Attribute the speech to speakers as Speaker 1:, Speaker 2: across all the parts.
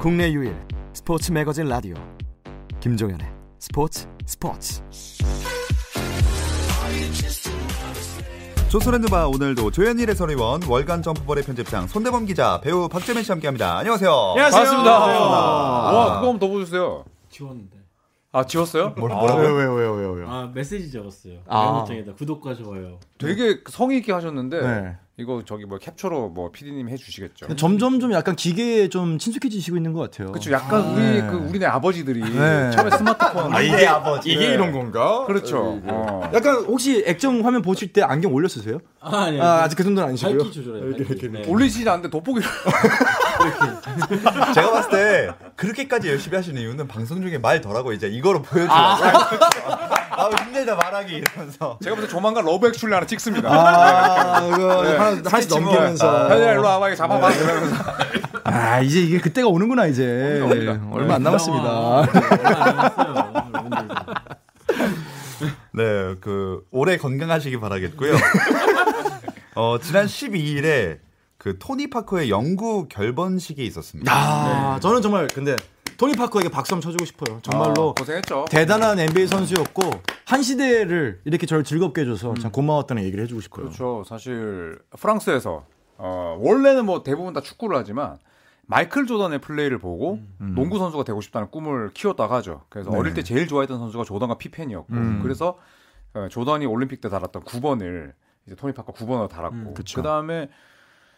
Speaker 1: 국내 유일 스포츠 매거진 라디오 김종현의 스포츠 스포츠
Speaker 2: 조선랜드바 오늘도 조현일의 선의원 월간 점프볼의 편집장 손대범 기자 배우 박재민 씨 함께합니다. 안녕하세요.
Speaker 3: 안녕하세요. 반갑습니다.
Speaker 2: 반갑습니다.
Speaker 3: 와, 그거 한번 더 보여주세요.
Speaker 4: 지웠는데.
Speaker 3: 아, 지웠어요?
Speaker 2: 뭐라- 뭐라고요?
Speaker 5: 왜요 왜요 왜요 왜요.
Speaker 4: 아 메시지 적었어요.
Speaker 5: 아.
Speaker 4: 메모장에다 구독과 좋아요.
Speaker 3: 되게 성의 있게 하셨는데
Speaker 5: 네.
Speaker 3: 이거 저기 뭐 캡처로 뭐 PD님 해주시겠죠.
Speaker 5: 근데 점점 좀 약간 기계에 좀 친숙해지시고 있는 것 같아요.
Speaker 3: 그렇죠. 약간 우리 그 우리네 아버지들이 처음에 스마트폰
Speaker 2: 아, 이게 아버지.
Speaker 5: 이게 이런 건가?
Speaker 3: 그렇죠. 어.
Speaker 5: 약간 혹시 액정 화면 보실 때 안경 올렸으세요?
Speaker 4: 아 아니요.
Speaker 5: 아, 아직 그 정도는 아니시고요.
Speaker 4: 밝기 조절해요. 밝기. 네.
Speaker 3: 올리시지 않는데 돋보기로
Speaker 2: 제가 봤을 때 그렇게까지 열심히 하시는 이유는 방송 중에 말 덜하고 이제 이거로 보여주라고. 아, 힘들다 말하기 이러면서.
Speaker 3: 제가 무슨 조만간 러브 액츄얼리 하나 찍습니다.
Speaker 5: 아, 그거 하나, 하나씩
Speaker 2: 스케치북.
Speaker 5: 넘기면서. 네.
Speaker 3: 현이야 네, 일로 와봐 이거 잡아봐 이러면서
Speaker 5: 아, 이제 이게 그때가 오는구나, 이제. 네.
Speaker 3: 옵니다,
Speaker 5: 얼마 안 남았습니다.
Speaker 4: 얼마 안 남았어요. 여러분들도.
Speaker 3: 음.
Speaker 2: 네, 그 올해 건강하시기 바라겠고요. 어, 지난 12일에 그 토니 파커의 영구 결번식이 있었습니다.
Speaker 5: 아, 저는 정말 근데 토니 파커에게 박수 한번 쳐주고 싶어요. 정말로
Speaker 3: 아, 고생했죠.
Speaker 5: 대단한 NBA 선수였고 한 시대를 이렇게 저를 즐겁게 해줘서 참 고마웠다는 얘기를 해주고 싶어요.
Speaker 3: 그렇죠. 사실 프랑스에서 어, 원래는 뭐 대부분 다 축구를 하지만 마이클 조던의 플레이를 보고 농구 선수가 되고 싶다는 꿈을 키웠다고 하죠. 그래서 어릴 때 제일 좋아했던 선수가 조던과 피펜이었고 그래서 어, 조던이 올림픽 때 달았던 9번을 이제 토니 파커 9번으로 달았고 그 다음에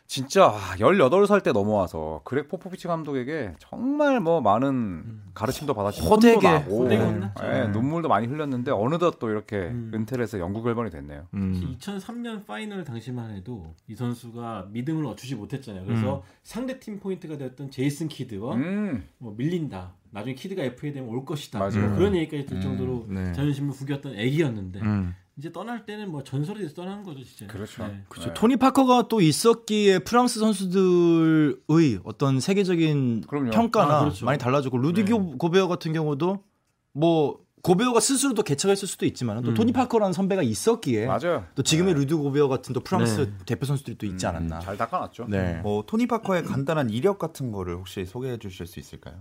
Speaker 3: 진짜 아, 18살 때 넘어와서 그렉 포포비치 감독에게 정말 뭐 많은 가르침도 받았지만
Speaker 5: 호되게,
Speaker 3: 혼도 나고, 음.
Speaker 4: 호되게 혼났죠.
Speaker 3: 예, 눈물도 많이 흘렸는데 어느덧 또 이렇게 은퇴를 해서 영구 결번이 됐네요.
Speaker 4: 혹시 2003년 파이널 당시만 해도 이 선수가 믿음을 얻지 못했잖아요. 그래서 상대 팀 포인트가 되었던 제이슨 키드와
Speaker 3: 음.
Speaker 4: 뭐 밀린다. 나중에 키드가 FA 되면 올 것이다.
Speaker 3: 맞아요. 음,
Speaker 4: 뭐 그런 얘기까지 들 정도로
Speaker 5: 네.
Speaker 4: 자존심을 구겼던 애기였는데
Speaker 5: 음.
Speaker 4: 이제 떠날 때는 뭐 전설이 돼서 떠난 거죠, 진짜.
Speaker 3: 그렇죠.
Speaker 4: 네.
Speaker 5: 그렇죠. 토니 파커가 또 있었기에 프랑스 선수들의 어떤 세계적인
Speaker 3: 그럼요.
Speaker 5: 평가나
Speaker 4: 아, 그렇죠.
Speaker 5: 많이 달라졌고 루디 교 고베어 같은 경우도 뭐 고베어가 스스로도 개척했을 수도 있지만 또 토니 파커라는 선배가 있었기에
Speaker 3: 맞아요.
Speaker 5: 또 지금의 루디 고베어 같은 또 프랑스
Speaker 4: 네.
Speaker 5: 대표 선수들이 또 있지 않았나.
Speaker 3: 잘 닦아놨죠.
Speaker 5: 네.
Speaker 2: 뭐 토니 파커의 간단한 이력 같은 거를 혹시 소개해 주실 수 있을까요?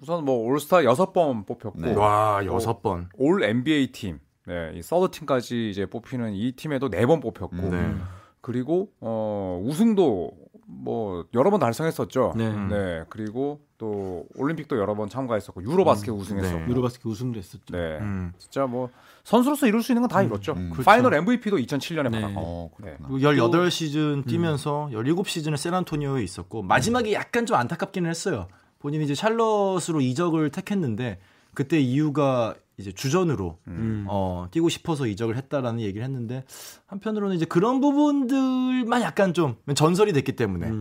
Speaker 3: 우선 뭐 올스타 여섯 번 뽑혔고
Speaker 2: 네.
Speaker 5: 와 여섯 번.
Speaker 3: 올 NBA 팀, 네, 이 서드 팀까지 이제 뽑히는 이 팀에도 네 번 뽑혔고
Speaker 5: 네.
Speaker 3: 그리고 어 우승도 뭐 여러 번 달성했었죠.
Speaker 4: 네.
Speaker 3: 네, 그리고 또 올림픽도 여러 번 참가했었고 유로바스켓 우승했었고. 네.
Speaker 4: 유로바스켓 우승을 했었죠.
Speaker 5: 음.
Speaker 3: 진짜 뭐 선수로서 이룰 수 있는 건 다 이뤘죠.
Speaker 5: 그렇죠.
Speaker 3: 파이널 MVP도 2007년에
Speaker 4: 네.
Speaker 3: 받았고.
Speaker 2: 어, 그렇구나.
Speaker 5: 그리고 18시즌 뛰면서 17시즌은 샌안토니오에 있었고 마지막에 약간 좀 안타깝기는 했어요. 본인이 이제 샬럿으로 이적을 택했는데 그때 이유가 이제 주전으로 어, 뛰고 싶어서 이적을 했다라는 얘기를 했는데 한편으로는 이제 그런 부분들만 약간 좀 전설이 됐기 때문에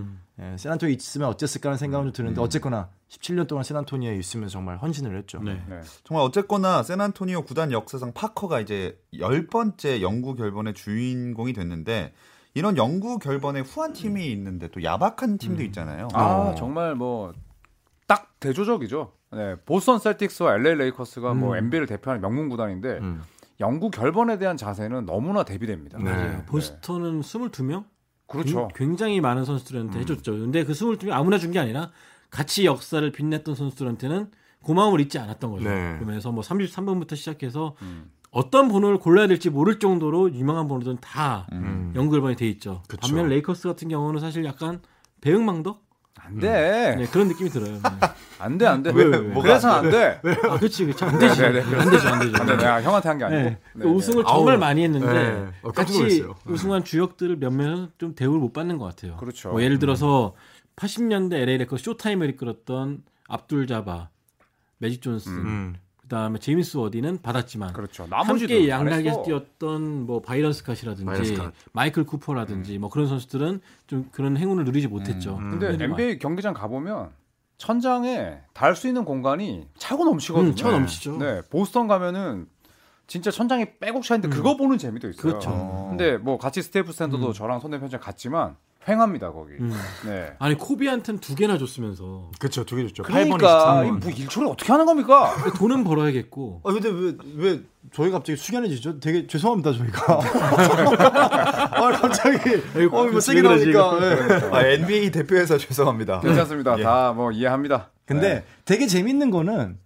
Speaker 5: 예, 샌안토니오에 있으면 어땠을까라는 생각은 좀 드는데 어쨌거나 17년 동안 샌안토니오에 있으면서 정말 헌신을 했죠.
Speaker 4: 네.
Speaker 3: 네.
Speaker 2: 정말 어쨌거나 샌안토니오 구단 역사상 파커가 이제 열 번째 영구 결번의 주인공이 됐는데 이런 영구 결번에 후한 팀이 있는데 또 야박한
Speaker 5: 음.
Speaker 2: 팀도 있잖아요.
Speaker 4: 어.
Speaker 3: 아 정말 뭐 딱 대조적이죠. 네, 보스턴 셀틱스와 LA 레이커스가
Speaker 4: 음.
Speaker 3: 뭐 NBA를 대표하는 명문 구단인데 영구 결번에 대한 자세는 너무나 대비됩니다. 네.
Speaker 4: 맞아요. 보스턴은 22명?
Speaker 3: 그렇죠.
Speaker 4: 음.
Speaker 3: 음.
Speaker 4: 굉장히 많은 선수들한테 해줬죠. 근데 그 22명 아무나 준 게 아니라 같이 역사를 빛냈던 선수들한테는 고마움을 잊지 않았던 거죠.
Speaker 5: 네.
Speaker 4: 그러면서 뭐 33번부터 시작해서
Speaker 3: 음.
Speaker 4: 어떤 번호를 골라야 될지 모를 정도로 유명한 번호들은 다
Speaker 3: 음.
Speaker 4: 연결번이 돼 있죠.
Speaker 5: 그쵸.
Speaker 4: 반면 레이커스 같은 경우는 사실 약간 배응망덕
Speaker 3: 안 돼.
Speaker 4: 네, 그런 느낌이 들어요. 네.
Speaker 3: 안 돼, 안 돼.
Speaker 2: 왜, 왜, 뭐가
Speaker 3: 그래서
Speaker 2: 안
Speaker 3: 안 돼.
Speaker 4: 아, 그렇지, 그렇지. 안 되지.
Speaker 3: 네, 네, 네.
Speaker 4: 안 되지, 안 되지.
Speaker 3: 안 돼. 내가 형한테 한 게 아니고.
Speaker 4: 네.
Speaker 3: 네,
Speaker 4: 그 우승을
Speaker 5: 아우.
Speaker 4: 정말 많이 했는데
Speaker 5: 네. 어, 깜짝
Speaker 4: 같이
Speaker 5: 놀랐어요. 네. 음.
Speaker 4: 우승한 주역들을 몇몇은 좀 대우를 못 받는 것 같아요.
Speaker 3: 그렇죠.
Speaker 4: 뭐 예를 들어서 80년대 LA 레커스 쇼타임을 이끌었던 압둘 자바, 매직 존슨, 그다음에 제임스 워디는 받았지만
Speaker 3: 그렇죠. 나머지도
Speaker 4: 함께 양날개에서
Speaker 3: 잘했어.
Speaker 4: 뛰었던 뭐 바이런스 컷이라든지
Speaker 5: 바이런스 음. 컷.
Speaker 4: 마이클 쿠퍼라든지 뭐 그런 선수들은 좀 그런 행운을 누리지 못했죠.
Speaker 5: 음.
Speaker 3: 근데
Speaker 4: 그들이 많이-
Speaker 3: NBA 경기장 가보면 천장에 달 수 있는 공간이 차고 넘치거든요.
Speaker 4: 음, 차고 넘치죠.
Speaker 3: 네. 보스턴 가면은 진짜 천장이 빼곡 차 있는데 음. 그거 보는 재미도 있어요.
Speaker 4: 그렇죠.
Speaker 3: 어. 근데 뭐 같이 스테이프 센터도 저랑 손대 편장 갔지만 횡합니다 거기.
Speaker 4: 음.
Speaker 3: 네.
Speaker 4: 아니 코비한테는 두 개나 줬으면서
Speaker 5: 그렇죠. 두 개 줬죠.
Speaker 3: 그러니까 이뭐 일초를 어떻게 하는 겁니까?
Speaker 5: 그
Speaker 4: 돈은 벌어야겠고
Speaker 5: 아 근데 왜 왜 저희 갑자기 숙연해지죠? 되게 죄송합니다 저희가. 아 갑자기 갑자기 어 이거 세게
Speaker 4: 그래, 지금.
Speaker 5: 나오니까. 예.
Speaker 2: 아, NBA 대표해서
Speaker 3: 네.
Speaker 2: 죄송합니다.
Speaker 5: 네.
Speaker 3: 괜찮습니다.
Speaker 2: 예.
Speaker 3: 다 뭐 이해합니다.
Speaker 5: 근데 되게 재밌는 거는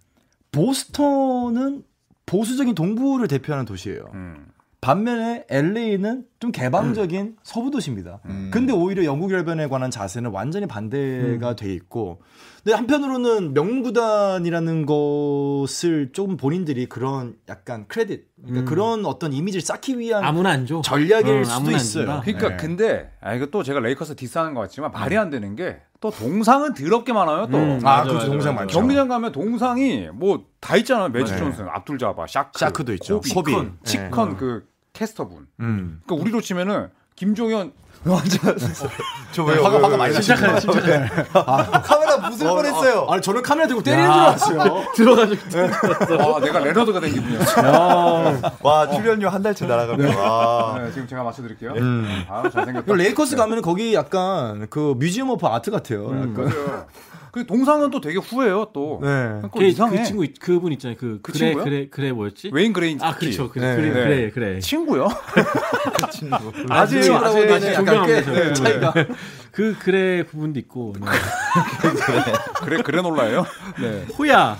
Speaker 5: 보스턴은 보수적인 동부를 대표하는 도시예요.
Speaker 3: 음.
Speaker 5: 반면에 LA는 좀 개방적인 서부 도시입니다. 근데 오히려 영국 열변에 관한 자세는 완전히 반대가 돼 있고, 근데 한편으로는 명문구단이라는 것을 조금 본인들이 그런 약간 크레딧, 그러니까 그런 어떤 이미지를 쌓기 위한
Speaker 4: 아무나 안 줘.
Speaker 5: 전략일
Speaker 4: 응,
Speaker 5: 수도
Speaker 4: 아무나 안
Speaker 5: 있어요.
Speaker 4: 준다.
Speaker 3: 그러니까
Speaker 5: 네.
Speaker 3: 근데 아 이거 또 제가 레이커스 디스하는 것 같지만 말이 안 되는 게 또 동상은 더럽게 많아요. 또
Speaker 4: 음.
Speaker 5: 아,
Speaker 4: 맞아,
Speaker 5: 그렇죠.
Speaker 4: 맞아,
Speaker 5: 동생
Speaker 4: 맞아.
Speaker 5: 많죠.
Speaker 3: 경기장 가면 동상이 뭐 다 있잖아요. 매직 존슨, 압둘 자바, 샤크,
Speaker 5: 샤크도 있죠. 예. 코비.
Speaker 3: 코비, 컨, 치컨 그 캐스터분.
Speaker 5: 음.
Speaker 3: 그러니까 우리로 치면은 김종현
Speaker 5: 완전
Speaker 2: 저 왜요?
Speaker 5: 화가
Speaker 2: 왜,
Speaker 5: 화가
Speaker 2: 왜,
Speaker 5: 많이
Speaker 2: 왜?
Speaker 5: 나시죠. 네.
Speaker 2: 카메라 부술 뻔했어요.
Speaker 5: 아, 저는 카메라 들고 때리는 줄 알았어요.
Speaker 4: 들어가지고
Speaker 3: 아 내가 레너드가 된 기분이었어.
Speaker 2: 와 출연료 한 달치 날아가고. 아.
Speaker 3: 네, 지금 제가 맞춰드릴게요. 아 잘생겼다.
Speaker 5: 그리고 레이커스 가면 거기 약간 그 뮤지엄 오브 아트 같아요. 약간.
Speaker 3: 그래요. 그 동상은 또 되게 후해요 또.
Speaker 5: 네.
Speaker 3: 그거
Speaker 4: 걔,
Speaker 3: 이상해.
Speaker 4: 그 친구 있- 그분 있잖아요. 그,
Speaker 3: 그
Speaker 4: 그래
Speaker 3: 친구요?
Speaker 4: 그래 그래 뭐였지?
Speaker 3: 웨인 그레인스키.
Speaker 4: 아 그렇죠. 그래
Speaker 5: 네.
Speaker 4: 그래
Speaker 3: 네.
Speaker 4: 그래 그래.
Speaker 3: 친구요?
Speaker 2: 친구.
Speaker 3: 아직
Speaker 5: 친구라고
Speaker 3: 아직
Speaker 5: 하기엔 약간 꽤
Speaker 4: 존경합니다,
Speaker 5: 네,
Speaker 4: 저는.
Speaker 5: 차이가.
Speaker 4: 그 그래 그분도 있고 네.
Speaker 3: 그래 그래놀라예요. 네.
Speaker 4: 호야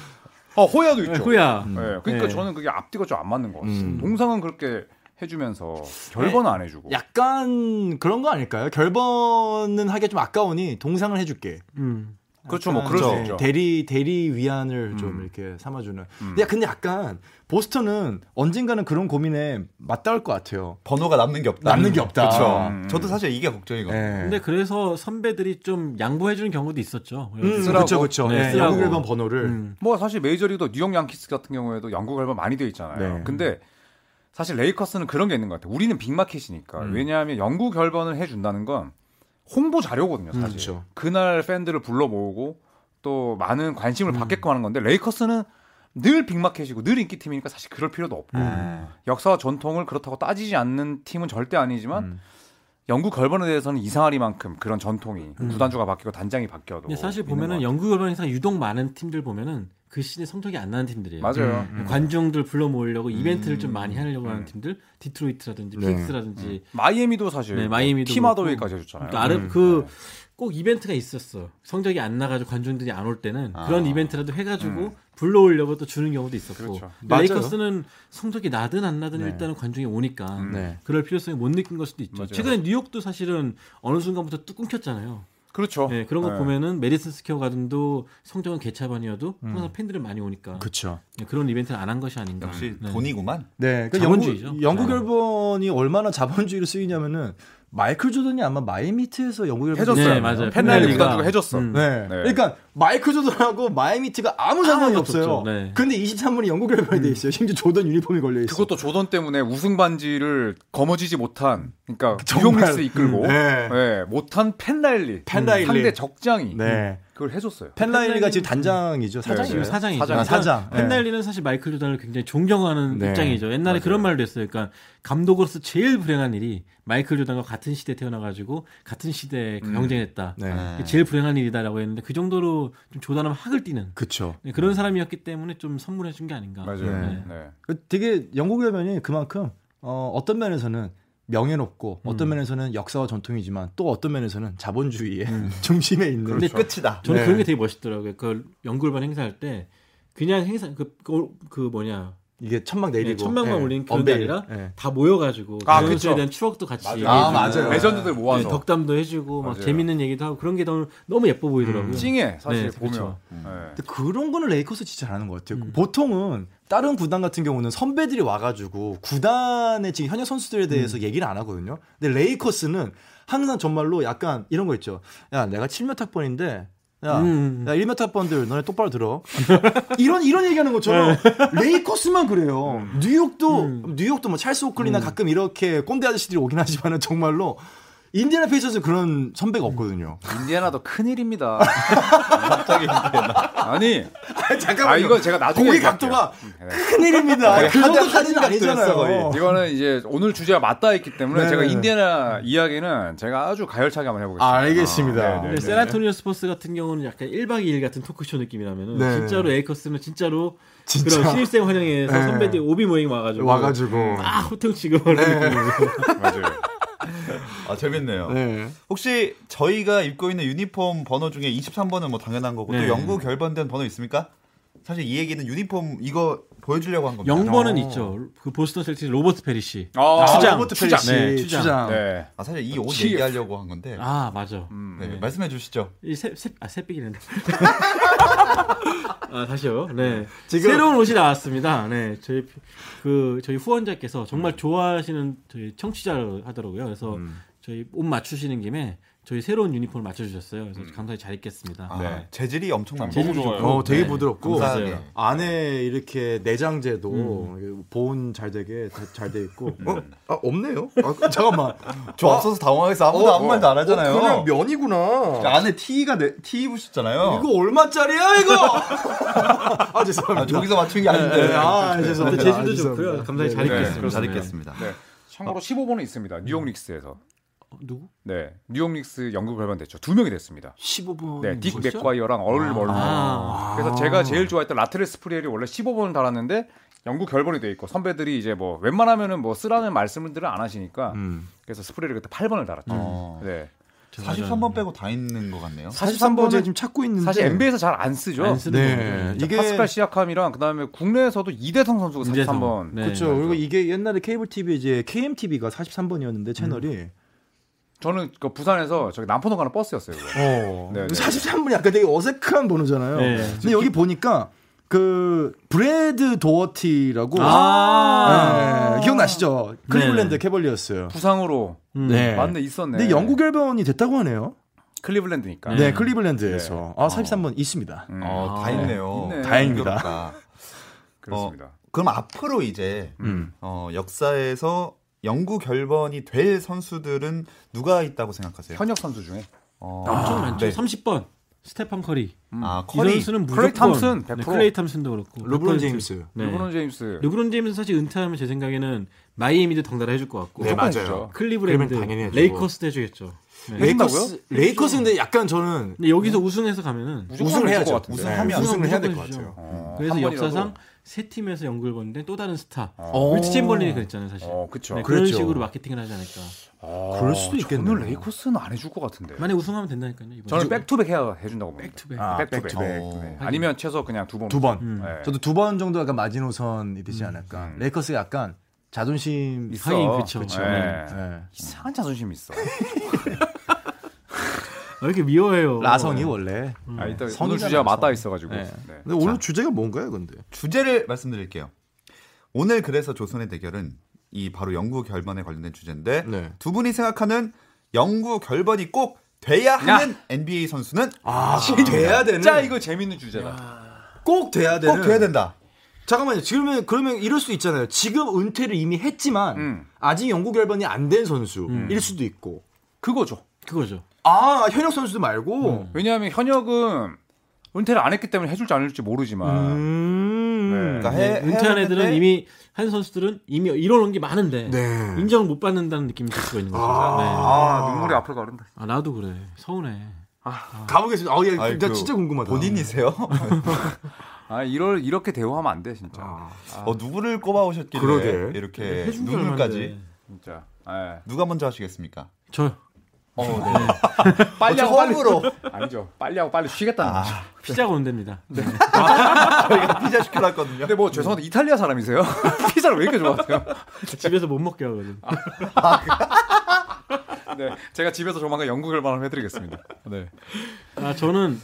Speaker 3: 어 호야도 있죠.
Speaker 4: 호야
Speaker 3: 네, 그러니까
Speaker 4: 네.
Speaker 3: 저는 그게 앞뒤가 좀 안 맞는 것 같아요. 동상은 그렇게 해주면서 결과는 안 해주고.
Speaker 5: 약간 그런 거 아닐까요? 결번은 하기 좀 아까우니 동상을 해줄게.
Speaker 4: 음.
Speaker 3: 그렇죠, 뭐 그럴 수
Speaker 5: 네,
Speaker 3: 있죠.
Speaker 5: 대리 대리 위안을 좀 이렇게 삼아주는. 근데, 근데 약간 보스턴은 언젠가는 그런 고민에 맞닿을 것 같아요.
Speaker 2: 번호가 남는 게 없다.
Speaker 5: 남는 게 없다.
Speaker 2: 그렇죠.
Speaker 3: 음.
Speaker 2: 저도 사실 이게 걱정이거든요.
Speaker 5: 네.
Speaker 4: 근데 그래서 선배들이 좀 양보해 주는 경우도 있었죠.
Speaker 5: 음,
Speaker 3: 쓰라고.
Speaker 5: 그렇죠, 그렇죠.
Speaker 4: 네,
Speaker 5: 네,
Speaker 4: 쓰라고.
Speaker 5: 영국 일반 번호를.
Speaker 4: 음.
Speaker 3: 뭐 사실 메이저리더 뉴욕 양키스 같은 경우에도 양국 알바 많이 되어 있잖아요.
Speaker 5: 네.
Speaker 3: 근데 사실 레이커스는 그런 게 있는 것 같아요. 우리는 빅마켓이니까. 왜냐하면 영구 결번을 해준다는 건 홍보 자료거든요,
Speaker 5: 음,
Speaker 3: 사실.
Speaker 5: 그렇죠.
Speaker 3: 그날 팬들을 불러 모으고 또 많은 관심을
Speaker 4: 음.
Speaker 3: 받게끔 하는 건데 레이커스는 늘 빅마켓이고 늘 인기팀이니까 사실 그럴 필요도 없고
Speaker 4: 음.
Speaker 3: 역사와 전통을 그렇다고 따지지 않는 팀은 절대 아니지만
Speaker 4: 음.
Speaker 3: 영구 결번에 대해서는 이상하리만큼 그런 전통이 구단주가 바뀌고 단장이 바뀌어도
Speaker 4: 음. 근데 사실
Speaker 3: 있는
Speaker 4: 보면은
Speaker 3: 것
Speaker 4: 영국 결번에서 유독 많은 팀들 보면은 그 시즌에 성적이 안 나는 팀들이에요.
Speaker 3: 같아요. 음. 맞아요.
Speaker 4: 음, 관중들 불러 모으려고 이벤트를 좀 많이 하려고 하는 팀들, 디트로이트라든지
Speaker 3: 네. 음.
Speaker 4: 픽스라든지
Speaker 3: 마이애미도 사실
Speaker 4: 네, 마이애미도
Speaker 3: 티마더웨이까지 해줬잖아요.
Speaker 4: 그러니까 아르 그꼭 이벤트가 있었어. 성적이 안 나가지고 관중들이 안 올 때는 그런 이벤트라도 해가지고 불러오려고 또 주는 경우도 있었고.
Speaker 3: 그렇죠.
Speaker 4: 근데
Speaker 5: 맞아요.
Speaker 4: 레이커스는 성적이 나든 안 나든 일단은 관중이 오니까
Speaker 5: 네.
Speaker 4: 그럴 필요성이 못 느낀 걸 수도 있죠.
Speaker 3: 맞아요.
Speaker 4: 최근에 뉴욕도 사실은 어느 순간부터 뚝 끊겼잖아요.
Speaker 3: 그렇죠.
Speaker 4: 네, 그런 거
Speaker 3: 네.
Speaker 4: 보면은 메디슨 스퀘어 가든도 성적은 개차반이어도 항상 팬들이 많이 오니까
Speaker 5: 그렇죠.
Speaker 4: 네, 그런 이벤트를 안 한 것이 아닌가.
Speaker 2: 역시
Speaker 4: 네.
Speaker 2: 돈이구만.
Speaker 5: 네, 그
Speaker 4: 자본주의죠.
Speaker 5: 영국, 영국 열번이 얼마나 자본주의로 쓰이냐면은 마이클 조던이 아마 마이미트에서 영국 열번
Speaker 3: 해줬어요.
Speaker 4: 네, 맞아요.
Speaker 3: 팬라인
Speaker 4: 팬라이가-
Speaker 3: 구단주가 해줬어.
Speaker 4: 음.
Speaker 5: 네.
Speaker 3: 네.
Speaker 5: 그러니까 마이클 조던하고 마이미트가 아무 상관이 없어요.
Speaker 4: 없었죠. 네.
Speaker 5: 근데 23문이 영국 열반이 돼 있어요. 심지어 조던 유니폼이 걸려 있어요.
Speaker 3: 그것도 조던 때문에 우승 반지를 거머쥐지 못한, 그러니까
Speaker 5: 정말.
Speaker 3: 뉴욕 닉스 이끌고
Speaker 5: 음. 네.
Speaker 3: 네, 못한 펜라일리,
Speaker 5: 펜라일리.
Speaker 3: 상대 적장이
Speaker 5: 네.
Speaker 3: 그걸 해줬어요.
Speaker 5: 펜라일리가 지금 단장이죠.
Speaker 4: 지금
Speaker 5: 사장이에요.
Speaker 4: 음. 사장이죠.
Speaker 5: 사장, 사장. 네.
Speaker 4: 펜날리는 사실 마이클 조단을 굉장히 존경하는
Speaker 5: 네.
Speaker 4: 입장이죠. 옛날에 그런 말도 했어요. 그러니까 감독으로서 제일 불행한 일이 마이클 조단과 같은 시대에 태어나가지고 같은 시대에 경쟁했다.
Speaker 5: 네.
Speaker 4: 그게 제일 불행한 일이다라고 했는데 그 정도로 좀 조단하면 학을 띠는
Speaker 5: 그쵸.
Speaker 4: 네, 그런 사람이었기 때문에 좀 선물해 준 게 아닌가.
Speaker 3: 맞아요.
Speaker 4: 네.
Speaker 3: 네. 네.
Speaker 5: 그 되게 영국 열변이 그만큼 어, 어떤 면에서는 명예롭고
Speaker 4: 음.
Speaker 5: 어떤 면에서는 역사와 전통이지만 또 어떤 면에서는 자본주의의
Speaker 4: 음.
Speaker 5: 중심에 있는
Speaker 4: 근데 끝-
Speaker 2: 끝이다.
Speaker 4: 저는
Speaker 5: 네.
Speaker 4: 그런 게 되게 멋있더라고요. 그 연골반 행사할 때 그냥 행사 그, 그, 그 뭐냐
Speaker 5: 이게 천막 내리고
Speaker 4: 네, 천막만
Speaker 5: 예.
Speaker 4: 올리는 그런 게
Speaker 5: 언베일.
Speaker 4: 아니라
Speaker 5: 예.
Speaker 4: 다 모여가지고
Speaker 3: 아,
Speaker 4: 그
Speaker 3: 그쵸.
Speaker 4: 선수에 대한 추억도 같이 얘기해주고
Speaker 5: 아, 맞아요.
Speaker 3: 레전드들 모아서
Speaker 4: 네, 덕담도 해주고 막
Speaker 3: 맞아요.
Speaker 4: 재밌는 얘기도 하고 그런 게 너무, 너무 예뻐 보이더라고요.
Speaker 3: 음. 찡해 사실
Speaker 4: 네,
Speaker 3: 보면.
Speaker 4: 그렇죠.
Speaker 3: 네.
Speaker 5: 근데 그런 거는 레이커스 진짜 잘하는 것
Speaker 4: 음.
Speaker 5: 같아요. 보통은 다른 구단 같은 경우는 선배들이 와가지고 구단의 지금 현역 선수들에 대해서
Speaker 4: 음.
Speaker 5: 얘기를 안 하거든요. 근데 레이커스는 항상 정말로 약간 이런 거 있죠. 야, 내가 7몇 학번인데. 야,
Speaker 4: 음.
Speaker 5: 야, 1m 학번들 너네 똑바로 들어. 이런 이런 얘기하는 것처럼 레이커스만 그래요. 뉴욕도 뉴욕도 뭐 찰스 오클리나 가끔 이렇게 꼰대 아저씨들이 오긴 하지만은 정말로 인디애나 페이서는 그런 선배가 없거든요.
Speaker 3: 음. 인디애나도 큰 일입니다. 아니,
Speaker 5: 잠깐만요.
Speaker 3: 아 이거 제가 나중에
Speaker 5: 고기
Speaker 3: 얘기할게요.
Speaker 5: 각도가
Speaker 3: 네.
Speaker 5: 큰일입니다. 그 정도까지는
Speaker 2: 거의.
Speaker 5: 아니잖아요.
Speaker 3: 이거는 이제 오늘 주제와 맞닿아 있기 때문에
Speaker 5: 네,
Speaker 3: 제가
Speaker 5: 네, 네.
Speaker 3: 인디애나 이야기는 제가 아주 가열차게 한번 해보겠습니다.
Speaker 5: 알겠습니다.
Speaker 4: 근데 네, 세라토니오 스포츠 같은 경우는 약간 1박 2일 같은 토크쇼 느낌이라면은
Speaker 5: 네.
Speaker 4: 진짜로 에이커스는 진짜로
Speaker 5: 진짜.
Speaker 4: 그런 신입생 환영회에서
Speaker 5: 네.
Speaker 4: 선배들 오비 모임 와가지고
Speaker 5: 와가지고
Speaker 4: 막 호통 치고 그런 느낌이고
Speaker 3: 맞아요.
Speaker 2: 아 재밌네요.
Speaker 5: 네.
Speaker 2: 혹시 저희가 입고 있는 유니폼 번호 중에 23번은 뭐 당연한 거고
Speaker 4: 네.
Speaker 2: 또 영구 결번된 번호 있습니까? 사실 이 얘기는 유니폼 이거 보여주려고 한 겁니다.
Speaker 4: 영번은 있죠. 그 보스턴 셀틱스 로버트 페리시.
Speaker 3: 아,
Speaker 4: 추장,
Speaker 5: 로버트
Speaker 4: 추장.
Speaker 5: 페리시,
Speaker 4: 네,
Speaker 5: 추장.
Speaker 4: 추장.
Speaker 3: 네.
Speaker 2: 아 사실 이 옷
Speaker 3: 치프.
Speaker 2: 얘기하려고 한 건데
Speaker 4: 아 맞아.
Speaker 3: 음.
Speaker 2: 네, 말씀해 주시죠.
Speaker 4: 이새새아 새삐기는. 아 다시요. 네.
Speaker 5: 지금-
Speaker 4: 새로운 옷이 나왔습니다. 네. 저희 피- 그 저희 후원자께서 정말 좋아하시는 저희 청취자 하더라고요. 그래서 저희 옷 맞추시는 김에 저희 새로운 유니폼을 맞춰주셨어요. 그래서 감사히 잘 입겠습니다.
Speaker 2: 아,
Speaker 3: 네.
Speaker 2: 재질이 엄청납니다.
Speaker 4: 재질이
Speaker 3: 좋아요.
Speaker 4: 좋고,
Speaker 5: 어, 되게
Speaker 4: 네.
Speaker 5: 부드럽고
Speaker 2: 감사하게.
Speaker 4: 감사해요.
Speaker 5: 안에 이렇게 내장재도 이렇게 보온 잘 되게 잘 돼 있고.
Speaker 6: 어? 아 없네요. 아, 그-
Speaker 5: 잠깐만.
Speaker 2: 저 앞서서 당황해서 아무도 아무 말도 안 하잖아요.
Speaker 6: 어, 그냥 면이구나.
Speaker 2: 안에 티가 내, 티 입으셨잖아요.
Speaker 5: 이거 얼마짜리야 이거? 아
Speaker 2: 아,
Speaker 5: 죄송합니다.
Speaker 2: 저기서 맞춘 게 아닌데.
Speaker 5: 네, 아
Speaker 4: 근데
Speaker 5: 죄송합니다.
Speaker 4: 재질도
Speaker 5: 아, 죄송합니다.
Speaker 4: 좋고요. 감사히
Speaker 5: 네,
Speaker 4: 잘
Speaker 2: 네,
Speaker 4: 입겠습니다.
Speaker 2: 잘
Speaker 4: 네.
Speaker 2: 읽겠습니다.
Speaker 3: 네. 참고로 15번은 있습니다. 뉴욕 닉스에서.
Speaker 4: 어, 누구?
Speaker 3: 네. 뉴욕 닉스 연구 결번 됐죠. 두 명이 됐습니다.
Speaker 5: 15분.
Speaker 3: 네. 딕 맥과이어랑 얼 멀로.
Speaker 4: 아.
Speaker 3: 그래서 제가 제일 좋아했던 라트레스 프리엘이 원래 15번을 달았는데 연구 결번이 돼 있고 선배들이 이제 뭐 웬만하면은 뭐 쓰라는 말씀들을 안 하시니까
Speaker 5: 음.
Speaker 3: 그래서 스프레를 그때 8번을 달았죠.
Speaker 2: 어.
Speaker 3: 네.
Speaker 2: 43번 빼고 다 있는 것 같네요.
Speaker 5: 43번 제가
Speaker 3: 번은
Speaker 5: 지금 찾고 있는데.
Speaker 3: 사실 NBA에서 잘 안 쓰죠.
Speaker 4: 안 쓰는
Speaker 5: 네.
Speaker 4: 거죠.
Speaker 5: 이게
Speaker 3: 파스칼 시약함이랑 그다음에 국내에서도 이대성 선수가
Speaker 4: 이대성.
Speaker 3: 43번.
Speaker 4: 네.
Speaker 5: 그렇죠. 그리고 이게 옛날에 케이블 TV 이제 KMTV가 43번이었는데 채널이
Speaker 3: 저는 그 부산에서 저기 남포동 가는 버스였어요. 그거.
Speaker 5: 어.
Speaker 3: 네, 네.
Speaker 5: 43분이 약간 되게 어색한 번호잖아요.
Speaker 4: 네.
Speaker 5: 근데 여기 보니까 그 브래드 도어티라고
Speaker 4: 아.
Speaker 5: 네, 기억나시죠? 클리블랜드 캐벌리어스.
Speaker 3: 부상으로
Speaker 4: 음.
Speaker 5: 네.
Speaker 3: 네, 맞네 있었네.
Speaker 5: 근데 영구 결번이 됐다고 하네요.
Speaker 3: 클리블랜드니까.
Speaker 5: 네, 클리블랜드에서
Speaker 3: 어.
Speaker 5: 아 43번 있습니다.
Speaker 3: 음,
Speaker 2: 어, 다
Speaker 4: 아,
Speaker 2: 있네요.
Speaker 3: 있네.
Speaker 5: 다행입니다.
Speaker 2: 흥미롭다.
Speaker 3: 그렇습니다.
Speaker 2: 그럼 앞으로 이제
Speaker 5: 음.
Speaker 2: 어, 역사에서 영구 결번이 될 선수들은 누가 있다고 생각하세요?
Speaker 3: 현역 선수 중에
Speaker 2: 어,
Speaker 4: 엄청 많죠.
Speaker 2: 네.
Speaker 4: 30번 스테판 커리.
Speaker 2: 아,
Speaker 4: 이
Speaker 2: 커리.
Speaker 4: 선수는 무조건
Speaker 3: 클레이 탐슨 100%.
Speaker 4: 네, 클레이 탐슨도 그렇고
Speaker 5: 르브론
Speaker 4: 100%.
Speaker 5: 제임스.
Speaker 4: 네.
Speaker 3: 르브론 제임스.
Speaker 4: 르브론 제임스 사실 은퇴하면 제 생각에는 마이애미도 덩달아 해줄 것 같고
Speaker 5: 네,
Speaker 3: 조건
Speaker 5: 맞아요.
Speaker 3: 주죠.
Speaker 4: 클리브랜드,
Speaker 5: 클리브랜드 당연히 해주고.
Speaker 4: 레이커스도 해주겠죠. 네.
Speaker 5: 레이커스 레이커스인데 약간 저는
Speaker 4: 근데 여기서 우승해서 가면은
Speaker 3: 무조건
Speaker 5: 우승을
Speaker 3: 해줄
Speaker 5: 해야죠.
Speaker 3: 것 같은데.
Speaker 2: 우승하면
Speaker 5: 네, 우승을 해야 될
Speaker 4: 무조건
Speaker 5: 것 같아요.
Speaker 4: 해주죠.
Speaker 3: 어, 음.
Speaker 4: 그래서
Speaker 3: 한 번이라도.
Speaker 4: 역사상 세 팀에서 연구를 보는데 또 다른 스타
Speaker 3: 어.
Speaker 4: 위트 챔버린이 그랬잖아요 사실.
Speaker 3: 어, 그쵸.
Speaker 4: 네, 그런
Speaker 5: 아. 그랬죠.
Speaker 4: 식으로 마케팅을 하지 않을까.
Speaker 3: 아,
Speaker 5: 그럴 수도 있겠네요.
Speaker 3: 저는 레이커스는 안 해줄 것 같은데.
Speaker 4: 만약 우승하면 된다니까요. 이번에.
Speaker 3: 저는 백투백 해야 해준다고 봅니다.
Speaker 4: 백투백.
Speaker 5: 아,
Speaker 3: 백투백.
Speaker 5: 백투백.
Speaker 2: 어.
Speaker 3: 네. 아니면 최소 그냥 두 번.
Speaker 5: 두 번.
Speaker 4: 음.
Speaker 3: 네.
Speaker 5: 저도 두 번 정도 약간 마지노선이 되지 않을까.
Speaker 3: 음.
Speaker 5: 레이커스가 약간 자존심
Speaker 3: 있어.
Speaker 4: 하긴 그쵸. 그쵸.
Speaker 3: 네.
Speaker 5: 네.
Speaker 3: 이상한 자존심 이 있어.
Speaker 4: 아, 왜 이렇게 미워해요? 네,
Speaker 5: 라성이 원래.
Speaker 3: 아, 일단 오늘
Speaker 5: 성이잖아요,
Speaker 3: 주제가 맞닿아
Speaker 5: 성.
Speaker 3: 있어가지고.
Speaker 5: 네.
Speaker 3: 네.
Speaker 6: 근데 오늘 주제가 뭔가요, 근데?
Speaker 2: 주제를 말씀드릴게요. 오늘 그래서 조선의 대결은 이 바로 영구 결번에 관련된 주제인데
Speaker 6: 네.
Speaker 2: 두 분이 생각하는 영구 결번이 꼭 돼야 하는 NBA 선수는
Speaker 5: 아, 돼야 되는.
Speaker 3: 진짜 이거 재밌는 주제다.
Speaker 5: 꼭 돼야 되는.
Speaker 2: 꼭 돼야 된다.
Speaker 5: 잠깐만요. 지금 그러면 이럴 수 있잖아요. 지금 은퇴를 이미 했지만
Speaker 3: 음.
Speaker 5: 아직 연구 결번이 안 된 선수일 음. 수도 있고.
Speaker 3: 그거죠.
Speaker 4: 그거죠.
Speaker 5: 아 현역 선수도 말고.
Speaker 3: 왜냐하면 현역은 은퇴를 안 했기 때문에 해줄지 안 해줄지 모르지만.
Speaker 5: 음.
Speaker 2: 그러니까
Speaker 4: 네,
Speaker 2: 해-
Speaker 4: 은퇴한
Speaker 2: 해야
Speaker 4: 애들은
Speaker 2: 되는데
Speaker 4: 이미 한 선수들은 이미 이뤄놓은 게 많은데
Speaker 5: 네.
Speaker 4: 인정을 못 받는다는 느낌이 들 수가 있는 거죠. 네.
Speaker 3: 아, 눈물이 앞으로 가른다.
Speaker 4: 아 나도 그래 서운해.
Speaker 5: 가보겠습니다. 아, 예,
Speaker 2: 아이,
Speaker 5: 나
Speaker 2: 그
Speaker 5: 진짜 궁금하다.
Speaker 2: 본인이세요?
Speaker 3: 아, 이럴 이렇게 대우하면 안 돼, 진짜.
Speaker 2: 어, 누구를 꼽아오셨길래
Speaker 5: 그러게.
Speaker 2: 이렇게
Speaker 4: 아. 해준 게
Speaker 2: 눈물까지
Speaker 4: 얼만데.
Speaker 3: 진짜. 예.
Speaker 2: 누가 먼저 하시겠습니까?
Speaker 4: 저
Speaker 3: 빨리 하고 빨리.
Speaker 2: 처음으로
Speaker 3: 아니죠. 빨리 하고 빨리 쉬겠다는 거죠.
Speaker 4: 피자가 온답니다.
Speaker 2: 저희가 피자 시키려 했거든요.
Speaker 3: 근데 뭐 죄송한데 이탈리아 사람이세요? 피자를 왜 이렇게 좋아하세요?
Speaker 4: 집에서 못 먹게 하거든.
Speaker 3: 네, 제가 집에서 조만간 연구 결과를 해드리겠습니다. 네.
Speaker 4: 아 저는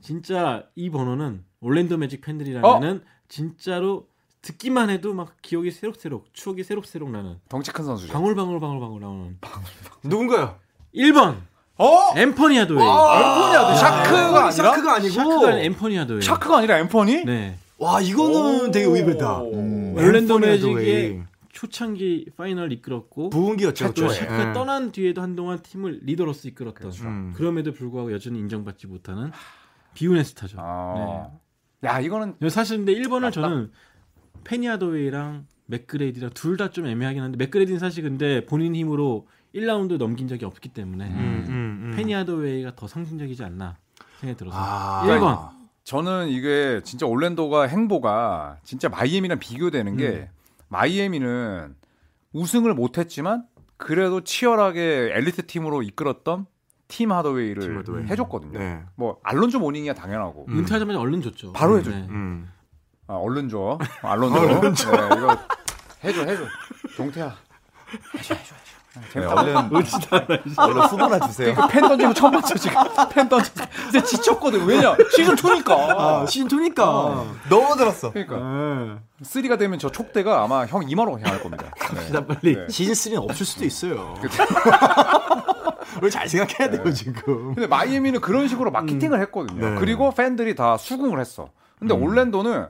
Speaker 4: 진짜 이 번호는 올랜도 매직 팬들이라면은 진짜로 듣기만 해도 막 기억이 새록새록 추억이 새록새록 나는
Speaker 3: 덩치 큰 선수죠.
Speaker 4: 방울방울방울방울 나오는
Speaker 5: 누군가요?
Speaker 4: 1번
Speaker 3: 어?
Speaker 4: 앰퍼니 하도웨이.
Speaker 5: 아,
Speaker 3: 샤크가 아니라?
Speaker 5: 샤크가 아니고.
Speaker 4: 샤크가 아니라 앰퍼니 하도웨이.
Speaker 3: 샤크가 아니라 엠퍼니?
Speaker 4: 네.
Speaker 5: 와 이거는 되게 의외다.
Speaker 3: 음.
Speaker 4: 올랜도
Speaker 5: 앰퍼니
Speaker 4: 매직의
Speaker 5: 하도웨이.
Speaker 4: 초창기 파이널 이끌었고
Speaker 5: 부흥기였죠. 그쵸?
Speaker 4: 또 샤크가
Speaker 5: 예.
Speaker 4: 떠난 뒤에도 한동안 팀을 리더로서 이끌었던
Speaker 5: 음.
Speaker 4: 그럼에도 불구하고 여전히 인정받지 못하는 비운의 스타죠.
Speaker 3: 아. 야, 이거는
Speaker 4: 네. 사실 근데 1번을 저는 페니아도웨이랑 맥그레이디랑 둘 다 좀 애매하긴 한데 맥그레이디는 사실 근데 본인 힘으로 1라운드 넘긴 적이 없기 때문에
Speaker 5: 음.
Speaker 4: 음, 페니아도웨이가 더 상징적이지 않나 생각이 들어서
Speaker 5: 아.
Speaker 4: 1번
Speaker 3: 저는 이게 진짜 올랜도가 행보가 진짜 마이애미랑 비교되는 게 마이애미는 우승을 못했지만 그래도 치열하게 엘리트 팀으로 이끌었던 팀 하더웨이를
Speaker 6: 팀 하더웨이.
Speaker 3: 해줬거든요.
Speaker 6: 네.
Speaker 3: 뭐 알론조 모닝이야 당연하고
Speaker 6: 음.
Speaker 4: 은퇴하자마자 얼른 줬죠.
Speaker 3: 바로 해줘.
Speaker 4: 네.
Speaker 6: 음.
Speaker 3: 아, 얼른조 알론조 네, 이거 해줘 해줘 동태야
Speaker 2: 네,
Speaker 3: 해줘 해줘 해줘
Speaker 2: 얼른 얼른 후보나 주세요.
Speaker 3: 팬 아, 던지고 처음 봤죠 지금 팬 던지 근데 지쳤거든 왜냐 시즌 2니까 아,
Speaker 5: 시즌 2니까.
Speaker 2: 너무 들었어.
Speaker 3: 그러니까 3가 되면 저 촉대가 아마 형 2만원 향할 겁니다 네.
Speaker 5: 빨리
Speaker 3: 네.
Speaker 5: 시즌 3는 없을 수도 있어요. 우리 잘 생각해야 돼요 지금.
Speaker 3: 근데 마이애미는 그런 식으로 마케팅을 했거든요. 그리고 팬들이 다 수긍을 했어. 근데 올랜도는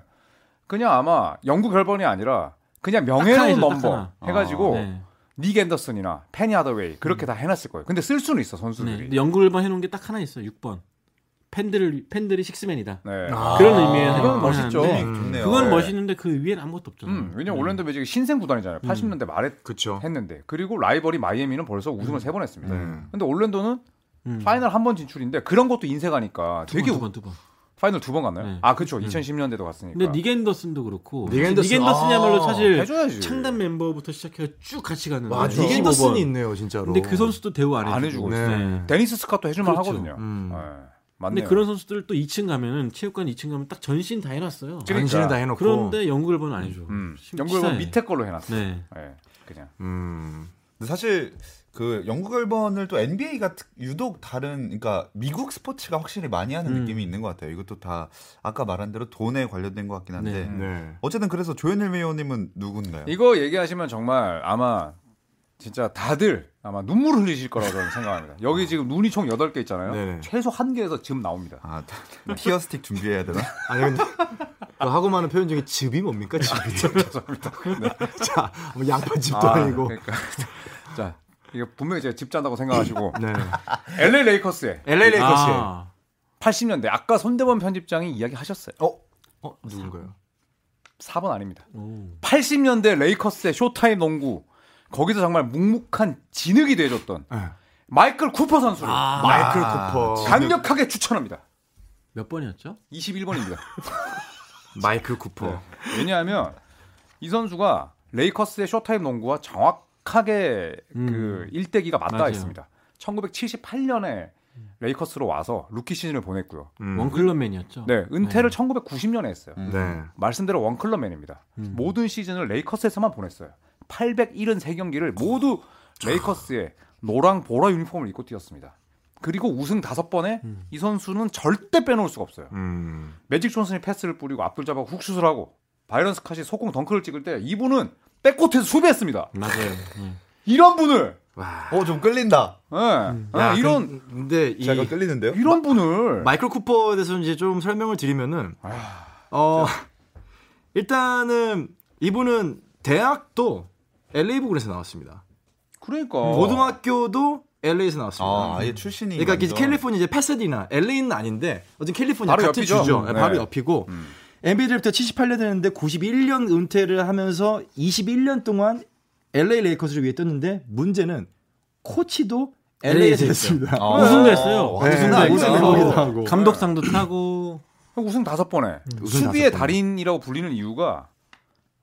Speaker 3: 그냥 아마 영구 결번이 아니라 그냥 명예로운
Speaker 4: 딱 하나죠, 딱
Speaker 3: 넘버
Speaker 4: 하나.
Speaker 3: 해가지고
Speaker 4: 네.
Speaker 3: 닉 앤더슨이나 페니 하더웨이 그렇게 다 해놨을 거예요. 근데 쓸 수는 있어
Speaker 4: 네.
Speaker 3: 선수들이.
Speaker 4: 근데
Speaker 3: 네.
Speaker 4: 연구 1번 해놓은 게 딱 하나 있어요. 6번. 팬들을 팬들이 식스맨이다.
Speaker 3: 네.
Speaker 5: 아,
Speaker 4: 그런 의미에서
Speaker 3: 그건
Speaker 4: 해놓은
Speaker 3: 멋있죠.
Speaker 4: 건데
Speaker 2: 음, 좋네요.
Speaker 4: 그건
Speaker 2: 네.
Speaker 4: 멋있는데 그 위엔 아무것도 없잖아요.
Speaker 3: 음, 왜냐면 올랜도 매직이 신생 구단이잖아요.
Speaker 4: 음.
Speaker 3: 80년대 말에
Speaker 6: 그렇죠.
Speaker 3: 했는데 그리고 라이벌이 마이애미는 벌써 우승을 세 번
Speaker 2: 네.
Speaker 3: 했습니다.
Speaker 6: 음.
Speaker 3: 근데 올랜도는
Speaker 4: 음.
Speaker 3: 파이널 한 번 진출인데 그런 것도 인쇄가니까
Speaker 4: 두 번,
Speaker 3: 되게
Speaker 4: 두
Speaker 3: 우-
Speaker 4: 번, 두 번.
Speaker 3: 파이널 두 번 갔나요?
Speaker 4: 네.
Speaker 3: 아 그렇죠. 2010년대도 갔으니까.
Speaker 4: 근데 닉 앤더슨도 그렇고
Speaker 6: 닉 앤더슨.
Speaker 4: 닉 앤더슨이야말로
Speaker 6: 아,
Speaker 4: 사실
Speaker 3: 해줘야지.
Speaker 4: 창단 멤버부터 시작해서 쭉 같이 가는데
Speaker 6: 맞아.
Speaker 5: 닉 앤더슨이
Speaker 4: 15번.
Speaker 5: 있네요 진짜로.
Speaker 4: 근데 그 선수도 대우 안 해주고,
Speaker 3: 안 해주고
Speaker 6: 있어요. 네.
Speaker 3: 데니스 스캇도 해줄만
Speaker 4: 그렇죠.
Speaker 3: 하거든요.
Speaker 5: 음.
Speaker 3: 예, 맞네요.
Speaker 4: 근데 그런 선수들 또 2층 가면은 체육관 2층 가면 딱 전신 다 해놨어요.
Speaker 3: 그러니까.
Speaker 5: 안신을 다 해놓고.
Speaker 4: 그런데 연구를 번호 안 해줘.
Speaker 3: 음,
Speaker 4: 시-
Speaker 3: 연결본
Speaker 4: 치사해.
Speaker 3: 밑에 걸로 해놨어.
Speaker 4: 네.
Speaker 3: 예, 그냥
Speaker 6: 음.
Speaker 2: 근데 사실 그 영국 열번을 또 NBA가 유독 다른 그러니까 미국 스포츠가 확실히 많이 하는
Speaker 4: 음.
Speaker 2: 느낌이 있는 것 같아요. 이것도 다 아까 말한 대로 돈에 관련된 것 같긴 한데 음.
Speaker 4: 네.
Speaker 6: 네.
Speaker 2: 어쨌든 그래서 조현일 위원님은 누군가요?
Speaker 3: 이거 얘기하시면 정말 아마 진짜 다들 아마 눈물 흘리실 거라고 저는 생각합니다.
Speaker 4: 아.
Speaker 3: 여기 지금 눈이 총 8개 있잖아요.
Speaker 6: 네네.
Speaker 3: 최소 한 개에서 지금 나옵니다.
Speaker 2: 아 피어스틱 준비해야 되나?
Speaker 5: 아니 근데 그 하고 많은 표현 중에 즙이 뭡니까 즙이.
Speaker 3: 죄송합니다. 네.
Speaker 5: 자, 뭐 양파즙도
Speaker 3: 아,
Speaker 5: 아, 니고
Speaker 3: 그러니까. 자, 이거 분명히 제가 집 잔다고 생각하시고
Speaker 5: 네.
Speaker 3: LA 레이커스의
Speaker 5: LA 레이커스의
Speaker 4: 아,
Speaker 3: 80년대 아까 손대범 편집장이 이야기하셨어요.
Speaker 5: 어, 누군가요?
Speaker 3: 4번 아닙니다.
Speaker 4: 오.
Speaker 3: 80년대 레이커스의 쇼타임 농구 거기서 정말 묵묵한 진흙이 되어줬던
Speaker 5: 네.
Speaker 3: 마이클 쿠퍼 선수를
Speaker 5: 마이클
Speaker 2: 아,
Speaker 5: 쿠퍼.
Speaker 3: 강력하게 추천합니다.
Speaker 4: 몇 번이었죠?
Speaker 3: 21번입니다. 네.
Speaker 5: 마이클 쿠퍼.
Speaker 3: 왜냐하면 이 선수가 레이커스의 쇼타임 농구와 정확하게 그
Speaker 4: 음.
Speaker 3: 일대기가 맞닿아
Speaker 4: 맞아요.
Speaker 3: 있습니다. 1978년에 레이커스로 와서 루키 시즌을 보냈고요.
Speaker 6: 음.
Speaker 4: 원클럽맨이었죠.
Speaker 3: 네,
Speaker 4: 음.
Speaker 3: 은퇴를 1990년에 했어요.
Speaker 2: 음.
Speaker 6: 네.
Speaker 3: 말씀대로 원클럽맨입니다.
Speaker 4: 음.
Speaker 3: 모든 시즌을 레이커스에서만 보냈어요. 873경기를 모두 레이커스의 노랑 보라 유니폼을 입고 뛰었습니다. 그리고 우승 다섯 번에
Speaker 4: 음.
Speaker 3: 이 선수는 절대 빼놓을 수가 없어요.
Speaker 6: 음.
Speaker 3: 매직 존슨이 패스를 뿌리고 앞둘 잡아 훅슛을 하고 바이런 스캇이 속공 덩크를 찍을 때 이분은 백코트에서 수비했습니다.
Speaker 4: 맞아요. 네.
Speaker 3: 이런 분을
Speaker 6: 와.
Speaker 2: 어좀 끌린다.
Speaker 3: 예, 예,
Speaker 5: 음. 야,
Speaker 3: 이런
Speaker 5: 근- 근데 이
Speaker 2: 제가 끌리는데요?
Speaker 3: 이런 분을
Speaker 5: 마이클 쿠퍼에 대해서 이제 좀 설명을 드리면은 어 일단은 이분은 대학도 LA 부근에서 나왔습니다.
Speaker 3: 그러니까
Speaker 5: 고등학교도 LA에서 나왔습니다.
Speaker 2: 아 아예 출신이
Speaker 5: 그러니까 이제
Speaker 2: 완전-
Speaker 5: 캘리포니아 이제 패서디나 LA는 아닌데 어쨌든 캘리포니아
Speaker 3: 바로
Speaker 5: 같은
Speaker 3: 옆이죠.
Speaker 5: 주죠.
Speaker 3: 네.
Speaker 5: 바로 옆이고 NBA 때부터 78년 됐는데 91년 은퇴를 하면서 21년 동안 LA 레이커스를 위해 뛰었는데 문제는 코치도 LA에서
Speaker 4: LA 에서
Speaker 5: 했습니다.
Speaker 2: 아,
Speaker 4: 우승도 했어요.
Speaker 2: 와, 우승도
Speaker 4: 네,
Speaker 2: 했어.
Speaker 4: 우승도
Speaker 5: 우승도
Speaker 4: 하고,
Speaker 5: 하고.
Speaker 4: 감독상도 타고
Speaker 3: 우승 다섯 번에
Speaker 5: 음, 우승
Speaker 3: 수비의
Speaker 5: 다섯 번.
Speaker 3: 달인이라고 불리는 이유가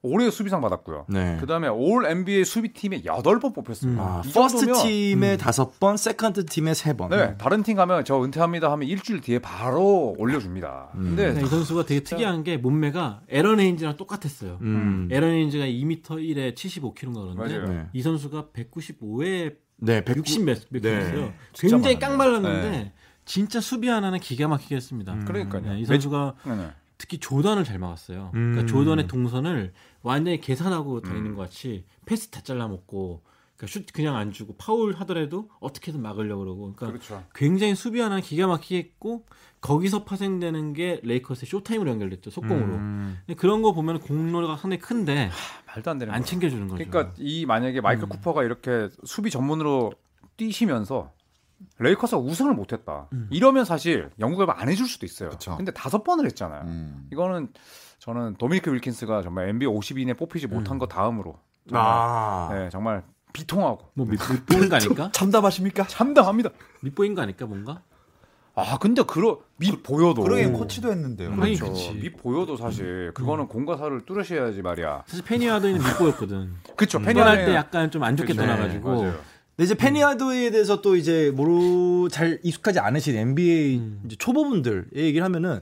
Speaker 3: 올해 수비상 받았고요.
Speaker 5: 네.
Speaker 3: 그다음에 올 NBA 수비팀에 여덟 번 뽑혔습니다.
Speaker 5: 아,
Speaker 3: 음. 이
Speaker 5: 퍼스트
Speaker 3: 정도면, 음.
Speaker 5: 팀에 음. 다섯 번, 세컨드 팀에 세 번.
Speaker 3: 네, 다른 팀 가면 저 은퇴합니다 하면 일주일 뒤에 바로 올려줍니다.
Speaker 5: 음.
Speaker 3: 근데
Speaker 4: 네, 이 선수가 되게 특이한 게 몸매가 에런 헤인즈랑 똑같았어요.
Speaker 5: 음.
Speaker 4: 에런 헤인즈가 2m 1에 75kg인가 그런데
Speaker 3: 맞아요.
Speaker 5: 네.
Speaker 4: 이 선수가 195에
Speaker 5: 네,
Speaker 4: 60 몇, 몇
Speaker 5: 네.
Speaker 4: 킬로였어요. 굉장히
Speaker 2: 많아요.
Speaker 4: 깡발랐는데 진짜 수비 하나는 기가 막히게 했습니다.
Speaker 3: 네. 음. 그러니까요.
Speaker 4: 네, 이 선수가
Speaker 3: 네, 네.
Speaker 4: 특히 조던을 잘 막았어요.
Speaker 5: 음.
Speaker 4: 그러니까 조던의 동선을 완전히 계산하고
Speaker 3: 음.
Speaker 4: 다니는 것 같이 패스 다 잘라먹고 그러니까 슛 그냥 안 주고 파울 하더라도 어떻게든 막으려고 그러고 그러니까
Speaker 3: 그렇죠.
Speaker 4: 굉장히 수비 하나 기가 막히게 했고 거기서 파생되는 게 레이커스의 쇼타임으로 연결됐죠. 속공으로.
Speaker 3: 음.
Speaker 4: 근데 그런 거 보면 공로가 상당히 큰데
Speaker 3: 말도 안 되는
Speaker 4: 안
Speaker 3: 거죠.
Speaker 4: 챙겨주는 거죠.
Speaker 3: 아, 그러니까 이 만약에 마이클 쿠퍼가 이렇게 수비 전문으로 뛰시면서 레이커스가 우승을 못했다. 이러면 사실 영국에 안 해줄 수도 있어요.
Speaker 2: 그쵸.
Speaker 3: 근데 다섯 번을 했잖아요.
Speaker 2: 음.
Speaker 3: 이거는 저는 도미니크 윌킨스가 정말 NBA 50인에 뽑히지 못한 것 다음으로
Speaker 5: 아.
Speaker 3: 네, 정말 비통하고
Speaker 4: 뭐 밑- 밑보인 거 아닐까?
Speaker 2: 참담하십니까?
Speaker 3: 참담합니다.
Speaker 4: 밑보인 거 아닐까 뭔가?
Speaker 3: 아 근데 그러 밑 보여도
Speaker 2: 그러게 코치도 했는데요.
Speaker 4: 그러니
Speaker 3: 그렇죠.
Speaker 4: 그치.
Speaker 3: 밑 보여도 사실 그거는 공과 사를 뚫으셔야지 말이야.
Speaker 4: 사실 페니아도이는 밑보였거든.
Speaker 3: 그렇죠.
Speaker 4: 떠날 때 약간 좀 안
Speaker 3: 네,
Speaker 4: 좋게 떠나가지고
Speaker 5: 근데 네,
Speaker 3: 음.
Speaker 5: 이제 페니아도에 대해서 또 이제 모르 잘 익숙하지 않으신 NBA
Speaker 3: 음.
Speaker 5: 이제 초보분들의 얘기를 하면은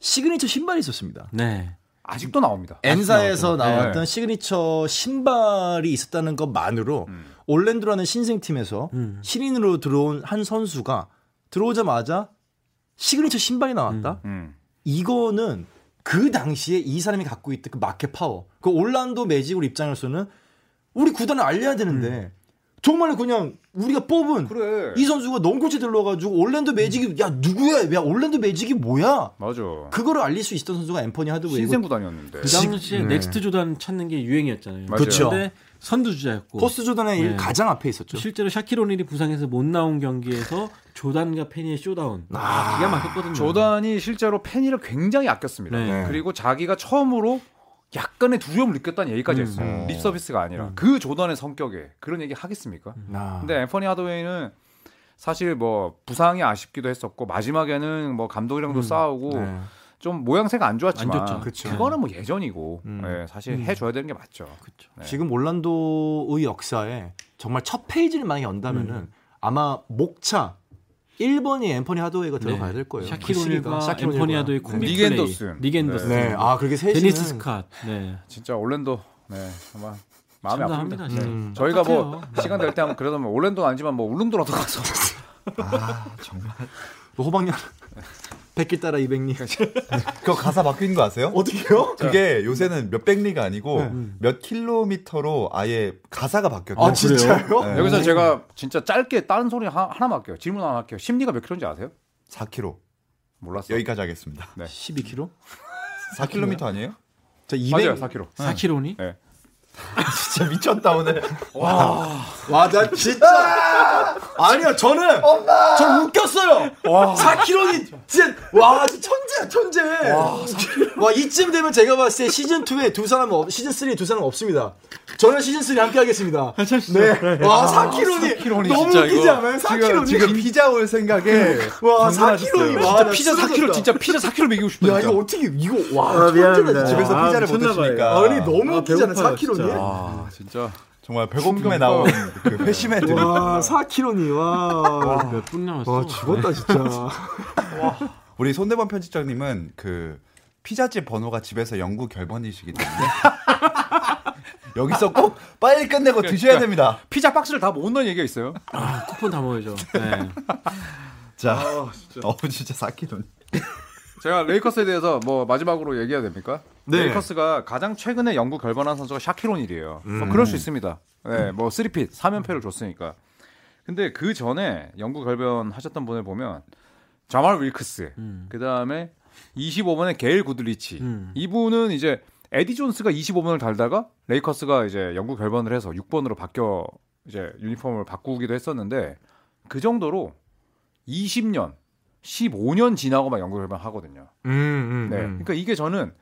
Speaker 5: 시그니처 신발이 있었습니다.
Speaker 4: 네.
Speaker 3: 아직도 나옵니다.
Speaker 5: 엔사에서
Speaker 3: 나왔던. 네.
Speaker 5: 나왔던 시그니처 신발이 있었다는 것만으로
Speaker 3: 음.
Speaker 5: 올랜드라는 신생팀에서
Speaker 4: 음.
Speaker 5: 신인으로 들어온 한 선수가 들어오자마자 시그니처 신발이 나왔다.
Speaker 3: 음.
Speaker 5: 이거는 그 당시에 이 사람이 갖고 있던 그 마켓 파워, 그 올란도 매직으로 입장에서는 우리 구단을 알려야 되는데
Speaker 4: 음.
Speaker 5: 정말 그냥 우리가 뽑은
Speaker 3: 그래.
Speaker 5: 이 선수가 농코치 들러가지고 올랜도 매직이 야 누구야? 야 올랜도 매직이 뭐야?
Speaker 3: 맞아.
Speaker 5: 그거를 알릴 수 있던 선수가 엠퍼니 하드웨이고
Speaker 3: 신생 뭐 구단이었는데.
Speaker 4: 그 당시에 넥스트 조단 찾는 게 유행이었잖아요.
Speaker 3: 네. 맞아요. 그쵸.
Speaker 4: 근데 선두주자였고
Speaker 5: 포스트 조던의
Speaker 4: 네.
Speaker 5: 일 가장 앞에 있었죠.
Speaker 4: 실제로 샤키로닐이 부상해서 못 나온 경기에서 조단과 페니의 쇼다운 아, 기가 막혔거든요.
Speaker 3: 조단이 실제로 팬이를 굉장히 아꼈습니다.
Speaker 4: 네.
Speaker 3: 그리고 자기가 처음으로 약간의 두려움을 느꼈다는 얘기까지 했어요. 립 서비스가 아니라 그 조단의 성격에 그런 얘기 하겠습니까?
Speaker 5: 아.
Speaker 3: 근데 앤퍼니 하드웨이는 사실 뭐 부상이 아쉽기도 했었고 마지막에는 뭐 감독이랑도 싸우고
Speaker 4: 뭐
Speaker 5: 네.
Speaker 3: 좀 모양새가 안 좋았지만
Speaker 4: 안 좋죠.
Speaker 5: 그쵸.
Speaker 3: 그거는 뭐 예전이고
Speaker 5: 음.
Speaker 3: 예, 사실 해줘야 되는 게 맞죠. 네.
Speaker 5: 지금 올란도의 역사에 정말 첫 페이지를 만약에 연다면은
Speaker 4: 음.
Speaker 5: 아마 목차 1번이 엠퍼니 하드웨이가 들어가야 될 거예요.
Speaker 4: 네.
Speaker 5: 그
Speaker 3: 그
Speaker 4: 샤키로닐과
Speaker 5: 샤키 로닐과.
Speaker 4: 엠퍼니아도의 콤비
Speaker 3: 닉
Speaker 4: 플레이,
Speaker 3: 앤더슨.
Speaker 4: 닉 앤더슨,
Speaker 5: 네, 아 그렇게 셋이
Speaker 4: 데니스 스캇, 네,
Speaker 3: 진짜 올랜도 네 아마 마음이 아픕니다.
Speaker 4: 참담합니다. 진짜.
Speaker 5: 음.
Speaker 3: 저희가 뭐
Speaker 4: 똑같아요.
Speaker 3: 시간 될 때 한번 그래도 뭐 올랜도는 아니지만 뭐 울릉도라도 가서
Speaker 5: 그 호박년 백길 따라 200리
Speaker 2: 그거 가사 바뀐 거 아세요?
Speaker 5: 어떻게요?
Speaker 2: 그게 요새는 몇백 리가 아니고 몇 킬로미터로 아예 가사가 바뀌었대요.
Speaker 5: 아 진짜요?
Speaker 2: 네.
Speaker 3: 여기서 제가 진짜 짧게 다른 소리 하, 하나만 할게요. 질문 하나 할게요. 심리가 몇 킬로인지 아세요?
Speaker 2: 4km.
Speaker 3: 몰랐어. 요
Speaker 2: 여기까지 하겠습니다.
Speaker 5: 12km?
Speaker 2: 4km 아니에요?
Speaker 5: 저 200.
Speaker 3: 맞아요, 4 킬로.
Speaker 4: 샤키로니,
Speaker 3: 네.
Speaker 2: 진짜 미쳤다 오늘.
Speaker 5: 와, 나 진짜. 아니요, 저는. 저 웃겼어요. 4kg이 진짜. 와, 진짜 천재야, 천재. 와, 이쯤 되면 제가 봤을 때 시즌2에 두 사람, 없- 시즌3에 두 사람 없습니다. 저는 시즌3 함께 하겠습니다. 네. 와, 4kg이. 너무
Speaker 3: 진짜
Speaker 5: 웃기지
Speaker 3: 이거.
Speaker 5: 않아요? 4kg이.
Speaker 2: 지금 피자 올 생각에
Speaker 5: 와, 4kg이. 와,
Speaker 3: 진짜
Speaker 5: 아, 나
Speaker 3: 피자 4 킬로
Speaker 5: 쓰러졌다.
Speaker 3: 진짜 피자 4 킬로 매기고 싶다.
Speaker 5: 야,
Speaker 3: 진짜.
Speaker 5: 이거 어떻게, 이거, 와, 천재다, 진짜.
Speaker 2: 집에서
Speaker 4: 아,
Speaker 2: 피자를 못
Speaker 4: 미쳤나
Speaker 2: 드시니까.
Speaker 5: 아니, 너무 웃기잖아,
Speaker 4: 배고파요,
Speaker 5: 4kg니.
Speaker 3: 아 진짜.
Speaker 2: 정말 배고픔에 나온 그 회심의 드립.
Speaker 3: 네.
Speaker 5: 와, 4kg니,
Speaker 3: 아,
Speaker 5: 와.
Speaker 4: 몇분 남았어?
Speaker 5: 와, 죽었다, 진짜.
Speaker 2: 우리 손대범 편집장님은 그 피자집 번호가 집에서 영구 결번이시기 때문에 여기서 꼭 빨리 끝내고 드셔야 됩니다.
Speaker 3: 피자 박스를 다 모은다는 얘기가 있어요.
Speaker 4: 아, 쿠폰 다 모여줘. 네.
Speaker 2: 자,
Speaker 5: 아,
Speaker 2: 어우 진짜 4kg.
Speaker 3: 제가 레이커스에 대해서 뭐 마지막으로 얘기해야 됩니까?
Speaker 5: 네.
Speaker 3: 레이커스가 가장 최근에 영구 결번한 선수가 샤키론일이에요.
Speaker 5: 음.
Speaker 3: 뭐 그럴 수 있습니다. 네, 뭐 3핏, 3연패를 줬으니까. 근데 그 전에 영구 결번하셨던 분을 보면 자말 윌크스, 그다음에 25번의 게일 구들리치.
Speaker 4: 음.
Speaker 3: 이분은 이제 에디 존스가 25번을 달다가 레이커스가 이제 영구 결번을 해서 6번으로 바뀌어 이제 유니폼을 바꾸기도 했었는데 그 정도로 20년, 15년 지나고 막 연구 결방하거든요. 네.
Speaker 4: 음.
Speaker 3: 그러니까 이게 저는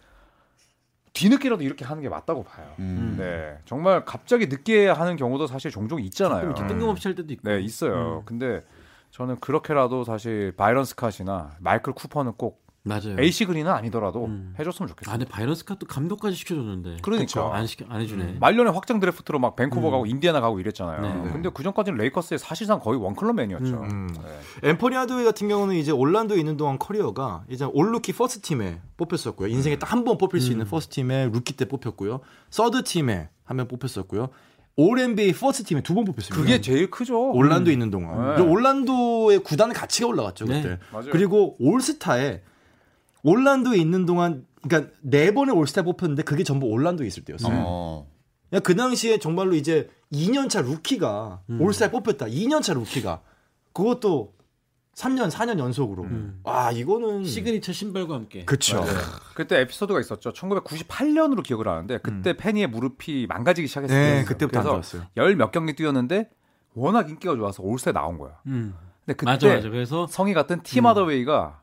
Speaker 3: 뒤늦게라도 이렇게 하는 게 맞다고 봐요.
Speaker 2: 음.
Speaker 3: 네. 정말 갑자기 늦게 하는 경우도 사실 종종 있잖아요.
Speaker 4: 이렇게 뜬금없이 음. 할 때도
Speaker 3: 음.
Speaker 4: 있고.
Speaker 3: 네, 있어요. 근데 저는 그렇게라도 사실 바이런 스캇이나 마이클 쿠퍼는 꼭
Speaker 4: 맞아요.
Speaker 3: 에이시 그린은 아니더라도
Speaker 4: 음.
Speaker 3: 해줬으면
Speaker 4: 아,
Speaker 3: 좋겠어요.
Speaker 4: 근데 바이러스 카도 감독까지 시켜줬는데.
Speaker 3: 그러니까.
Speaker 4: 안 시켜 안
Speaker 5: 음.
Speaker 4: 해주네.
Speaker 3: 말년에 확장 드래프트로 막 밴쿠버 가고 인디애나 가고 이랬잖아요.
Speaker 4: 네.
Speaker 3: 근데 그 전까지는 레이커스의 사실상 거의 원클럽맨이었죠.
Speaker 5: 음.
Speaker 3: 네.
Speaker 5: 엠퍼니 하드웨이 같은 경우는 이제 올란도에 있는 동안 커리어가 이제 올루키 퍼스트 팀에
Speaker 3: 음.
Speaker 5: 뽑혔었고요. 인생에 딱 한 번 뽑힐 수 있는 퍼스트 팀에 루키 때 뽑혔고요. 서드 팀에 한 명 뽑혔었고요. 올 NBA 퍼스트 팀에 두 번 뽑혔습니다.
Speaker 3: 그게 제일 크죠.
Speaker 5: 음. 올란도에 있는 동안.
Speaker 3: 네.
Speaker 5: 그리고 올란도의 구단 가치가 올라갔죠, 그때.
Speaker 4: 네,
Speaker 3: 맞아요.
Speaker 5: 그리고 올스타에 올란도에 있는 동안 그러니까 네 번의 올스타 뽑혔는데 그게 전부 올란도에 있을 때였어요.
Speaker 3: 음.
Speaker 2: 어.
Speaker 5: 그냥 그 당시에 정말로 이제 2년차 루키가 올스타에 뽑혔다. 2년차 루키가 그것도 3년, 4년 연속으로. 와 이거는
Speaker 4: 시그니처 신발과 함께.
Speaker 5: 그쵸.
Speaker 3: 그때 에피소드가 있었죠. 1998년으로 기억을 하는데 그때 페니의 무릎이 망가지기 시작했어요.
Speaker 5: 음. 네, 그때부터 안 좋았어요.
Speaker 3: 열몇 경기 뛰었는데 워낙 인기가 좋아서 올스타에 나온 거야.
Speaker 4: 음.
Speaker 3: 근데 그때
Speaker 5: 음.
Speaker 4: 맞아 맞아. 그래서
Speaker 3: 성이 같은 팀 하더웨이가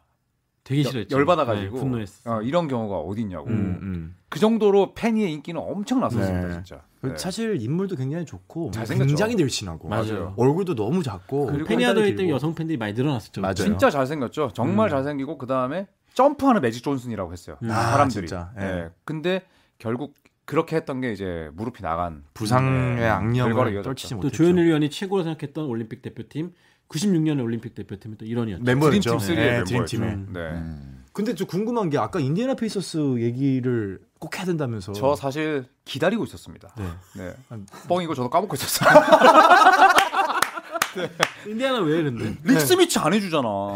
Speaker 4: 되게 싫어했죠.
Speaker 3: 열받아가지고
Speaker 4: 네, 분노했어.
Speaker 3: 어, 이런 경우가 어딨냐고
Speaker 5: 음, 음.
Speaker 3: 그 정도로 페니의 인기는 엄청났었습니다
Speaker 5: 네.
Speaker 3: 진짜
Speaker 5: 그
Speaker 3: 네.
Speaker 5: 사실 인물도 굉장히 좋고
Speaker 3: 잘생겼죠.
Speaker 5: 굉장히 늘씬하고 음.
Speaker 4: 맞아요.
Speaker 5: 얼굴도 너무 작고
Speaker 4: 그리고
Speaker 5: 팔다리
Speaker 4: 페니아도에
Speaker 5: 길고.
Speaker 4: 때문에 여성 팬들이 많이 늘어났었죠.
Speaker 5: 맞아요. 음.
Speaker 3: 진짜 잘생겼죠 정말 잘생기고 그 다음에 점프하는 매직 존슨이라고 했어요
Speaker 4: 음.
Speaker 5: 아,
Speaker 3: 사람들이
Speaker 5: 진짜. 예.
Speaker 3: 예. 근데 결국 그렇게 했던 게 이제 무릎이 나간
Speaker 5: 부상의
Speaker 3: 네. 결과로
Speaker 5: 악령을
Speaker 3: 이어졌죠.
Speaker 5: 떨치지
Speaker 4: 또
Speaker 5: 못했죠.
Speaker 4: 조현일 위원이 최고로 생각했던 올림픽 대표팀 96년의 올림픽 대표팀은 또 이런이었죠.
Speaker 5: 멤버였죠.
Speaker 3: 드림팀 3의
Speaker 5: 네,
Speaker 3: 멤버였죠
Speaker 5: 드림팀의.
Speaker 3: 네.
Speaker 2: 음.
Speaker 5: 근데 저 궁금한 게 아까 인디애나 페이서스 얘기를 꼭 해야 된다면서.
Speaker 3: 저 사실 기다리고 있었습니다
Speaker 5: 네.
Speaker 3: 네.
Speaker 5: 음.
Speaker 3: 뻥이고 저도
Speaker 5: 아,
Speaker 3: 까먹고 있었어요
Speaker 4: 인디아나 왜 근데?
Speaker 5: 네.
Speaker 3: 릭스미치 안 해주잖아
Speaker 5: 아,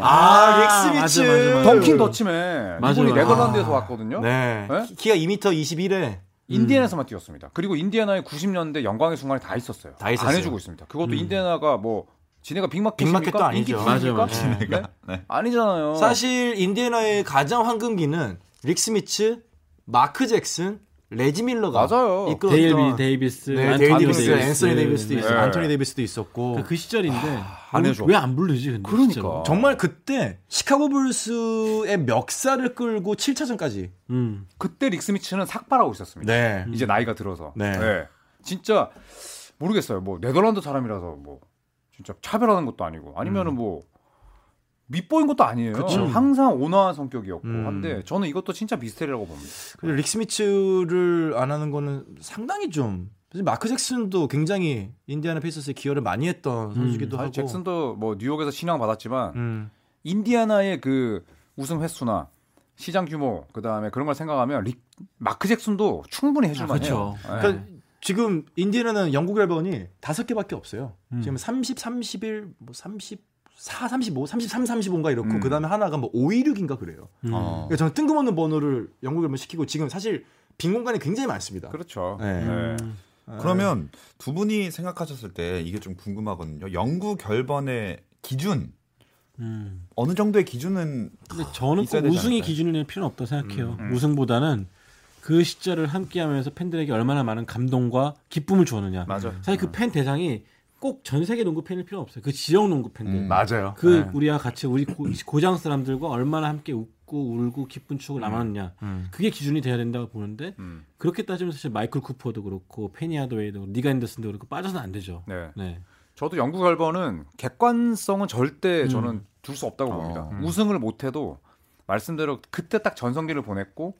Speaker 4: 맞아,
Speaker 5: 렉스비츠.
Speaker 4: 맞아, 맞아.
Speaker 3: 덩킹 더치맨
Speaker 4: 맞아요.
Speaker 3: 이분이 네덜란드에서
Speaker 5: 네. 아.
Speaker 3: 왔거든요
Speaker 5: 네. 음.
Speaker 3: 네?
Speaker 5: 키- 키가 2m 21에
Speaker 3: 인디애나에서만 뛰었습니다. 그리고 인디애나의 90년대 영광의 순간이 다 있었어요.
Speaker 5: 다 있었어요. 음.
Speaker 3: 안 해주고 있습니다. 그것도 인디애나가 뭐 지네가 빅마켓입니까?
Speaker 5: 빅마켓도 아니죠.
Speaker 3: 인기팀입니까?
Speaker 4: 맞아요, 맞아요.
Speaker 3: 네? 아니잖아요.
Speaker 5: 어. 사실 인디애나의 가장 황금기는 릭스미츠, 마크 잭슨, 레지 밀러가
Speaker 3: 맞아요.
Speaker 5: 이끌었던
Speaker 4: 데일비 데이비스,
Speaker 5: 네,
Speaker 4: 안토니
Speaker 5: 데일 데이비스,
Speaker 4: 데이비스.
Speaker 5: 앤서니 데이비스도 어. 아,
Speaker 4: 네.
Speaker 5: 있었고,
Speaker 3: 네.
Speaker 5: 안토니 데이비스도 있었고.
Speaker 4: 그 시절인데
Speaker 3: 안 해줘.
Speaker 4: 왜 안 부르지 근데?
Speaker 3: 그러니까.
Speaker 4: 진짜로.
Speaker 5: 정말 그때 시카고 불스의 멱살을 끌고 7차전까지.
Speaker 4: 음.
Speaker 3: 그때 릭스미츠는 삭발하고 있었습니다.
Speaker 5: 네.
Speaker 3: 이제 나이가 들어서. 예.
Speaker 5: 네.
Speaker 3: 진짜 모르겠어요. 뭐 네덜란드 사람이라서 뭐 진짜 차별하는 것도 아니고 아니면은 뭐 밑보인 것도 아니에요.
Speaker 5: 그쵸.
Speaker 3: 항상 온화한 성격이었고
Speaker 5: 음.
Speaker 3: 한데 저는 이것도 진짜 미스테리라고 봅니다.
Speaker 5: 그리고 릭스미츠를 안 하는 거는 상당히 좀 사실 마크 잭슨도 굉장히 인디아나 페이서스에 기여를 많이 했던 선수기도
Speaker 3: 사실
Speaker 5: 하고
Speaker 3: 잭슨도 뭐 뉴욕에서 신앙 받았지만
Speaker 5: 음.
Speaker 3: 인디아나의 그 우승 횟수나 시장 규모 그다음에 그런 걸 생각하면 릭- 마크 잭슨도 충분히 해줄
Speaker 4: 아,
Speaker 3: 만해요.
Speaker 4: 그쵸.
Speaker 3: 예.
Speaker 5: 그러니까 지금 인디아나는 영국 앨범이 다섯 개밖에 없어요.
Speaker 4: 음.
Speaker 5: 지금 30, 31, 뭐 34, 35, 33, 35인가 이렇고
Speaker 3: 음.
Speaker 5: 그다음에 하나가 뭐 526인가 그래요.
Speaker 4: 음.
Speaker 2: 어.
Speaker 5: 그러니까 저는 뜬금없는 번호를 영국 앨범 시키고 지금 사실 빈 공간이 굉장히 많습니다.
Speaker 3: 그렇죠.
Speaker 5: 네.
Speaker 3: 예.
Speaker 4: 음.
Speaker 2: 그러면 두 분이 생각하셨을 때 이게 좀 궁금하거든요. 영구 결번의 기준
Speaker 4: 음.
Speaker 2: 어느 정도의 기준은
Speaker 4: 근데 저는
Speaker 2: 있어야
Speaker 4: 꼭
Speaker 2: 되지
Speaker 4: 우승이
Speaker 2: 않을까요?
Speaker 4: 기준이 될 필요는 없다고 생각해요.
Speaker 3: 음, 음.
Speaker 4: 우승보다는 그 시절을 함께하면서 팬들에게 얼마나 많은 감동과 기쁨을 주었느냐.
Speaker 3: 맞아.
Speaker 4: 사실 그 팬 대상이 꼭 전 세계 농구 팬일 필요 없어요. 그 지역 농구 팬들.
Speaker 2: 음.
Speaker 5: 맞아요.
Speaker 4: 그
Speaker 5: 네.
Speaker 4: 우리와 같이 우리 고, 고장 사람들과 얼마나 함께 웃고 울고 기쁜 추억을 나눴냐.
Speaker 5: 음.
Speaker 4: 그게 기준이 돼야 된다고 보는데
Speaker 3: 음.
Speaker 4: 그렇게 따지면 사실 마이클 쿠퍼도 그렇고 페니아도웨이도 니가 앤더슨도 그렇고 빠져서는 안 되죠.
Speaker 3: 네.
Speaker 4: 네.
Speaker 3: 저도 영국 결번은 객관성은 절대
Speaker 4: 음.
Speaker 3: 저는 둘 수 없다고
Speaker 2: 어,
Speaker 3: 봅니다.
Speaker 5: 음.
Speaker 3: 우승을 못해도 말씀대로 그때 딱 전성기를 보냈고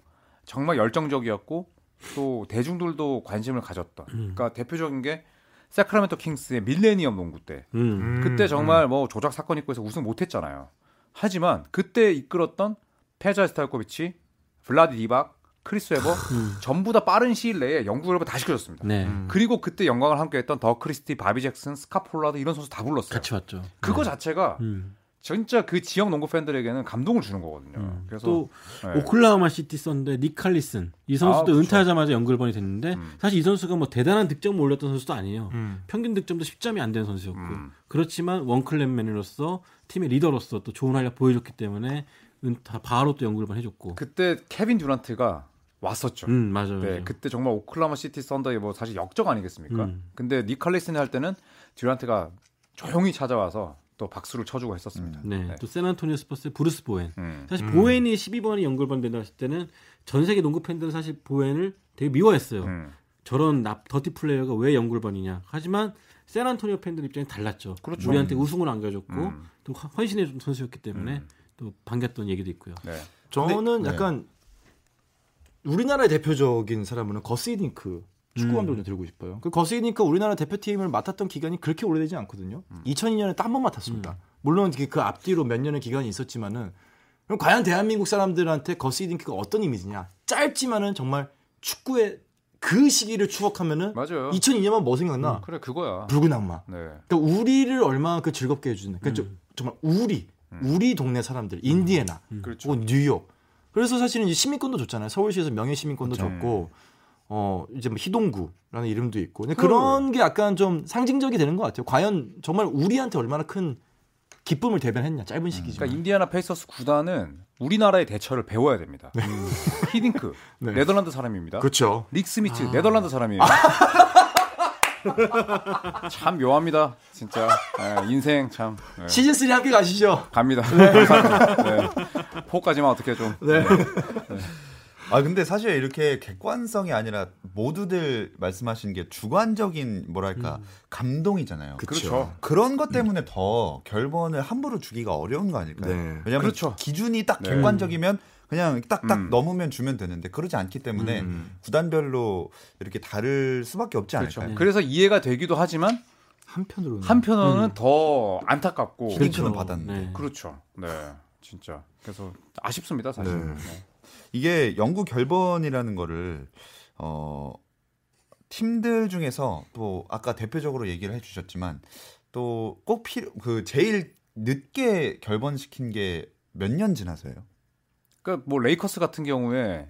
Speaker 3: 정말 열정적이었고 또 대중들도 관심을 가졌던.
Speaker 4: 음.
Speaker 3: 그러니까 대표적인 게 세크라멘토 킹스의 밀레니엄 농구 때
Speaker 4: 음.
Speaker 3: 그때 정말 뭐 조작 사건 있고 해서 우승 못했잖아요. 하지만 그때 이끌었던 페자 스타코비치, 블라디 디박, 크리스 웨버
Speaker 4: 음.
Speaker 3: 전부 다 빠른 시일 내에 영국 열번 다 시켜줬습니다.
Speaker 4: 네.
Speaker 3: 그리고 그때 영광을 함께했던 더 크리스티, 바비 잭슨, 스카폴라드 이런 선수 다 불렀어요.
Speaker 4: 같이 왔죠.
Speaker 3: 그거 자체가
Speaker 4: 음.
Speaker 3: 진짜 그 지역 농구 팬들에게는 감동을 주는 거거든요. 그래서
Speaker 4: 음. 또
Speaker 3: 네.
Speaker 4: 오클라호마 시티 썬데 니칼리슨 이 선수도
Speaker 3: 아, 그쵸.
Speaker 4: 은퇴하자마자 연결번이 됐는데
Speaker 3: 음.
Speaker 4: 사실 이 선수가 뭐 대단한 득점을 올렸던 선수도 아니에요.
Speaker 5: 음.
Speaker 4: 평균 득점도 10점이 안 되는 선수였고
Speaker 3: 음.
Speaker 4: 그렇지만 원클랩맨으로서 팀의 리더로서 또 좋은 활약 보여줬기 때문에 은- 다 바로 또 연결번 해줬고
Speaker 3: 그때 케빈 듀란트가 왔었죠.
Speaker 4: 음 맞아요.
Speaker 3: 네,
Speaker 4: 맞아요.
Speaker 3: 그때 정말 오클라마 시티 썬더의 뭐 사실 역적 아니겠습니까?
Speaker 4: 음.
Speaker 3: 근데 니칼리슨이 할 때는 듀란트가 조용히 찾아와서 또 박수를 쳐주고 했었습니다.
Speaker 4: 네, 또 샌안토니오 스퍼스의 브루스 보웬
Speaker 3: 음.
Speaker 4: 사실 보웬이 12번이 연결번 된다 했을 때는 전 세계 농구 팬들은 사실 보웬을 되게 미워했어요.
Speaker 3: 음.
Speaker 4: 저런 나- 더티 플레이어가 왜 연골번이냐. 하지만 샌안토니오 팬들 입장이 달랐죠.
Speaker 3: 그렇죠.
Speaker 4: 우리한테 우승을 안겨줬고
Speaker 3: 음.
Speaker 4: 또 헌- 헌신해 준 선수였기 때문에
Speaker 3: 음.
Speaker 4: 또 반겼던 얘기도 있고요.
Speaker 3: 네.
Speaker 5: 저는
Speaker 2: 네.
Speaker 5: 약간 우리나라의 대표적인 사람은 거스이딩크 축구
Speaker 3: 음.
Speaker 5: 감독을 들고 싶어요. 그 거스이딩크 우리나라 대표팀을 맡았던 기간이 그렇게 오래되지 않거든요.
Speaker 3: 음.
Speaker 5: 2002년에 딱 한 번 맡았습니다. 물론 그- 그 앞뒤로 몇 년의 기간이 있었지만은 그럼 과연 대한민국 사람들한테 거스이딩크가 어떤 이미지냐? 짧지만은 정말 축구의 그 시기를 추억하면은
Speaker 3: 맞아요. 음.
Speaker 5: 2002년만 뭐 생각나?
Speaker 3: 그래 그거야.
Speaker 5: 붉은 악마.
Speaker 3: 네.
Speaker 5: 그러니까 우리를 얼마나 그 즐겁게 해주는. 그러니까 좀- 정말 우리 우리 동네 사람들 인디애나
Speaker 3: 그렇죠.
Speaker 5: 혹은 뉴욕. 그래서 사실은 이제 시민권도 줬잖아요. 서울시에서 명예 시민권도
Speaker 3: 그렇죠.
Speaker 5: 줬고 어 이제 뭐 희동구라는 이름도 있고 근데 그런 게 약간 좀 상징적이 되는 것 같아요. 과연 정말 우리한테 얼마나 큰 기쁨을 대변했냐 짧은 시기지만.
Speaker 3: 그러니까 인디애나 페이서스 구단은 우리나라의 대처를 배워야 됩니다.
Speaker 6: 네.
Speaker 3: 음. 히딩크
Speaker 5: 네.
Speaker 3: 네. 덜란드 사람입니다.
Speaker 5: 그렇죠.
Speaker 3: 릭스미츠
Speaker 6: 아.
Speaker 3: 네덜란드 사람이에요. 참 묘합니다, 진짜 네, 인생 참 네.
Speaker 5: 시즌 3 함께 가시죠.
Speaker 3: 갑니다. 감사합니다. 네. 포까지만 어떻게 좀
Speaker 6: 네.
Speaker 2: 아 근데 사실 이렇게 객관성이 아니라 모두들 말씀하신 게 주관적인 뭐랄까
Speaker 5: 음.
Speaker 2: 감동이잖아요.
Speaker 6: 그렇죠.
Speaker 2: 그런 것 때문에 더 결번을 함부로 주기가 어려운 거 아닐까요?
Speaker 6: 네.
Speaker 2: 왜냐하면
Speaker 3: 그렇죠.
Speaker 2: 기준이 딱
Speaker 3: 네.
Speaker 2: 객관적이면 그냥 딱딱
Speaker 3: 음.
Speaker 2: 넘으면 주면 되는데 그러지 않기 때문에
Speaker 6: 음.
Speaker 2: 구단별로 이렇게 다를 수밖에 없지
Speaker 3: 그렇죠.
Speaker 6: 네.
Speaker 2: 않을까요?
Speaker 3: 그래서 이해가 되기도 하지만
Speaker 6: 음.
Speaker 5: 한편으로는
Speaker 3: 한편으로는 더 안타깝고
Speaker 2: 그- 링크는 받았는데.
Speaker 4: 네.
Speaker 3: 그렇죠. 네, 진짜. 그래서 아쉽습니다, 사실.
Speaker 6: 네.
Speaker 3: 네.
Speaker 2: 이게 영구 결번이라는 거를 어 팀들 중에서 또 아까 대표적으로 얘기를 해주셨지만 또 꼭 필요 그 제일 늦게 결번시킨 게 몇 년 지나서요?
Speaker 3: 그러니까 뭐 레이커스 같은 경우에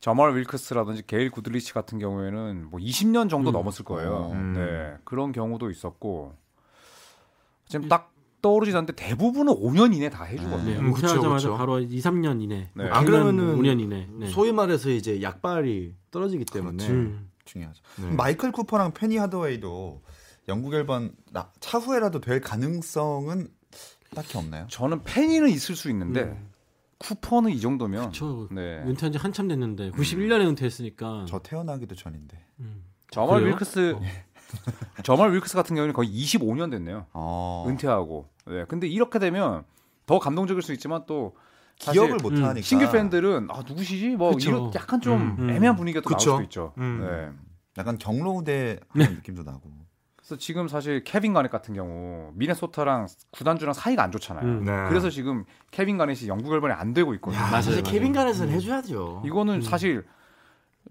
Speaker 3: 저말 윌크스라든지 게일 구들리치 같은 경우에는 뭐 20년 정도
Speaker 4: 음.
Speaker 3: 넘었을 거예요.
Speaker 2: 음.
Speaker 3: 네, 그런 경우도 있었고 지금 딱 떠오르지 않는데 대부분은 5년 이내 다 해주거든요.
Speaker 4: 네,
Speaker 6: 음, 그쵸,
Speaker 4: 은퇴하자마자
Speaker 6: 그쵸.
Speaker 4: 바로 2, 3년 이내.
Speaker 3: 네.
Speaker 5: 안 아, 그러면은
Speaker 4: 5년 이내. 네.
Speaker 5: 소위 말해서 이제 약발이 떨어지기 때문에
Speaker 4: 음.
Speaker 2: 중요하죠.
Speaker 5: 네.
Speaker 2: 마이클 쿠퍼랑 페니 하더웨이도 영구 결번 나- 차후에라도 될 가능성은 딱히 없나요?
Speaker 3: 저는 팬이는 있을 수 있는데
Speaker 4: 음.
Speaker 3: 쿠퍼는 이 정도면
Speaker 4: 그쵸.
Speaker 3: 네. 음.
Speaker 4: 은퇴한 지 한참 됐는데 91년에 은퇴했으니까.
Speaker 2: 저 태어나기도 전인데.
Speaker 4: 음.
Speaker 3: 저말
Speaker 4: 그래요? 어.
Speaker 3: 윌크스 저말 윌크스 같은 경우는 거의 25년 됐네요. 아.
Speaker 2: 어,
Speaker 3: 은퇴하고. 네. 근데 이렇게 되면 더 감동적일 수 있지만 또 사실
Speaker 2: 기억을 못
Speaker 4: 음,
Speaker 5: 그러니까.
Speaker 2: 하니까.
Speaker 3: 신규 팬들은 아 누구시지? 뭐
Speaker 4: 그쵸.
Speaker 3: 이런 약간 좀
Speaker 4: 음, 음.
Speaker 3: 애매한 분위기가 또 나올
Speaker 6: 그쵸.
Speaker 3: 수도 있죠.
Speaker 6: 음.
Speaker 3: 네.
Speaker 2: 약간 경로우대 하는 느낌도 나고.
Speaker 3: 그래서 지금 사실 케빈 가넷 같은 경우 미네소타랑 구단주랑 사이가 안 좋잖아요.
Speaker 4: 음.
Speaker 6: 네.
Speaker 3: 그래서 지금 케빈 가넷이 영구 결번이 안 되고 있거든요.
Speaker 4: 맞아요,
Speaker 5: 사실
Speaker 4: 맞아요.
Speaker 5: 케빈 간에서는 해줘야죠.
Speaker 3: 이거는
Speaker 4: 음.
Speaker 3: 사실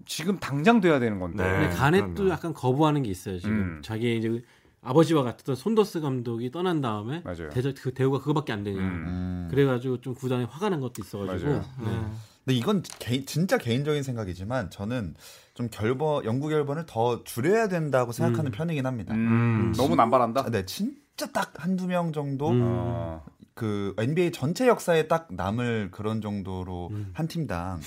Speaker 3: 지금 당장 돼야 되는 건데.
Speaker 6: 네.
Speaker 4: 근데 가넷도
Speaker 6: 그럼요.
Speaker 4: 약간 거부하는 게 있어요. 지금
Speaker 3: 음.
Speaker 4: 자기 이제 그 아버지와 같았던 손더스 감독이 떠난 다음에
Speaker 3: 맞아요.
Speaker 4: 대저, 그 대우가 그거밖에 안 되냐.
Speaker 3: 음.
Speaker 2: 음.
Speaker 4: 그래가지고 좀 구단에 화가 난 것도 있어가지고.
Speaker 3: 맞아요.
Speaker 5: 음.
Speaker 4: 네.
Speaker 2: 근데 이건 개- 진짜 개인적인 생각이지만 저는 좀 결번 연구 결번을 더 줄여야 된다고 생각하는 편이긴 합니다.
Speaker 3: 음, 너무 남발한다.
Speaker 2: 아, 네, 진짜 딱 한두 명 정도
Speaker 4: 음.
Speaker 3: 어,
Speaker 2: 그 NBA 전체 역사에 딱 남을 그런 정도로
Speaker 5: 음.
Speaker 2: 한 팀당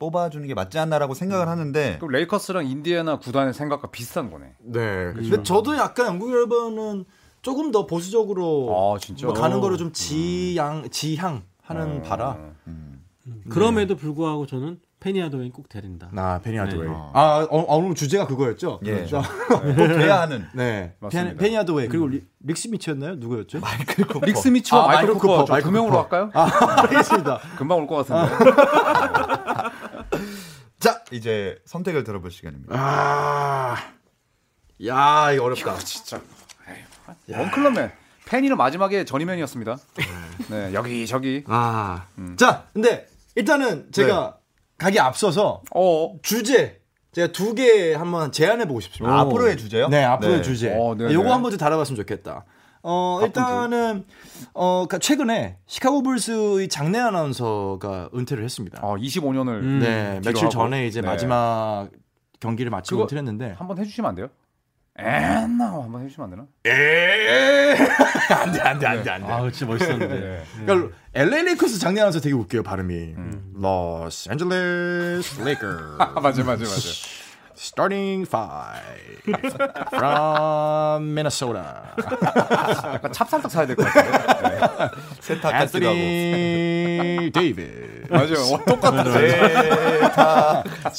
Speaker 2: 뽑아주는 게 맞지 않나라고 생각을 하는데
Speaker 3: 네. 그럼 레이커스랑 인디애나 구단의 생각과 비슷한 거네. 그렇죠.
Speaker 6: 네.
Speaker 5: 근데 저도 약간 영국 열번은 조금 더 보수적으로
Speaker 3: 아 진짜.
Speaker 5: 뭐 가는 거를 좀 지향 지향하는
Speaker 3: 어.
Speaker 5: 바라.
Speaker 2: 음.
Speaker 4: 그럼에도 불구하고 저는 페니아도엔 꼭 데린다.
Speaker 5: 나 페니 하드웨이.
Speaker 2: 네.
Speaker 5: 아 어, 어, 오늘 주제가 그거였죠.
Speaker 2: 예.
Speaker 5: 자, 음.
Speaker 2: 꼭 돼야 하는
Speaker 5: 네.
Speaker 3: 맞습니다. 음. 아.
Speaker 5: 페니, 페니 하드웨이 그리고 리- 릭스미치였나요? 누구였죠?
Speaker 2: 마이클 쿠퍼.
Speaker 3: 닉 스미츠와
Speaker 5: 아,
Speaker 3: 마이클
Speaker 5: 마이클
Speaker 3: 쿠퍼,
Speaker 5: 쿠퍼,
Speaker 3: 저두
Speaker 5: 마이클 쿠퍼.
Speaker 3: 명으로 할까요?
Speaker 5: 아, 알겠습니다.
Speaker 3: 금방 올 것 같은데.
Speaker 2: 자 이제 선택을 들어볼 시간입니다.
Speaker 6: 아, 야, 이거 어렵다.
Speaker 3: 진짜. 원클럽맨. 팬이는 마지막에 전이맨이었습니다. 네, 여기 저기.
Speaker 6: 아,
Speaker 3: 음.
Speaker 5: 자, 근데 일단은 제가
Speaker 3: 네.
Speaker 5: 가기 앞서서
Speaker 3: 어.
Speaker 5: 주제 제가 두 개 한번 제안해 보고 싶습니다.
Speaker 2: 앞으로의 주제요?
Speaker 5: 네, 앞으로의 주제.
Speaker 3: 어, 네, 네.
Speaker 5: 요거 한번 좀 다뤄봤으면 좋겠다. 어, 일단은 어, 그러니까 최근에 시카고 불스의 장내 아나운서가 은퇴를 했습니다.
Speaker 3: 어, 25년을
Speaker 4: 음.
Speaker 5: 네,
Speaker 3: 뒤로
Speaker 5: 며칠
Speaker 3: 하고.
Speaker 5: 전에 이제
Speaker 3: 네.
Speaker 5: 마지막 경기를 마치고
Speaker 3: 그거-
Speaker 5: 은퇴를 했는데
Speaker 3: 한번 해주시면 안 돼요? 에나 한번 해주시면 안 되나?
Speaker 5: 안돼 안돼 안돼 안돼.
Speaker 4: 아, 진짜 멋있었는데.
Speaker 3: 네.
Speaker 5: 그러니까 LA 레이커스 장내 아나운서 되게 웃겨요 발음이. 로스앤젤레스 레이커스.
Speaker 3: 아, 맞아 맞아 맞아.
Speaker 5: Starting five from Minnesota.
Speaker 3: 약간 찹쌀떡 사야 될 것 같아요. 네.
Speaker 2: 세탁까지 가고.
Speaker 5: 네, Anthony Davis.
Speaker 3: 맞아. 어,
Speaker 2: 네.
Speaker 3: 똑같다.
Speaker 5: 네.
Speaker 2: 어. 세탁.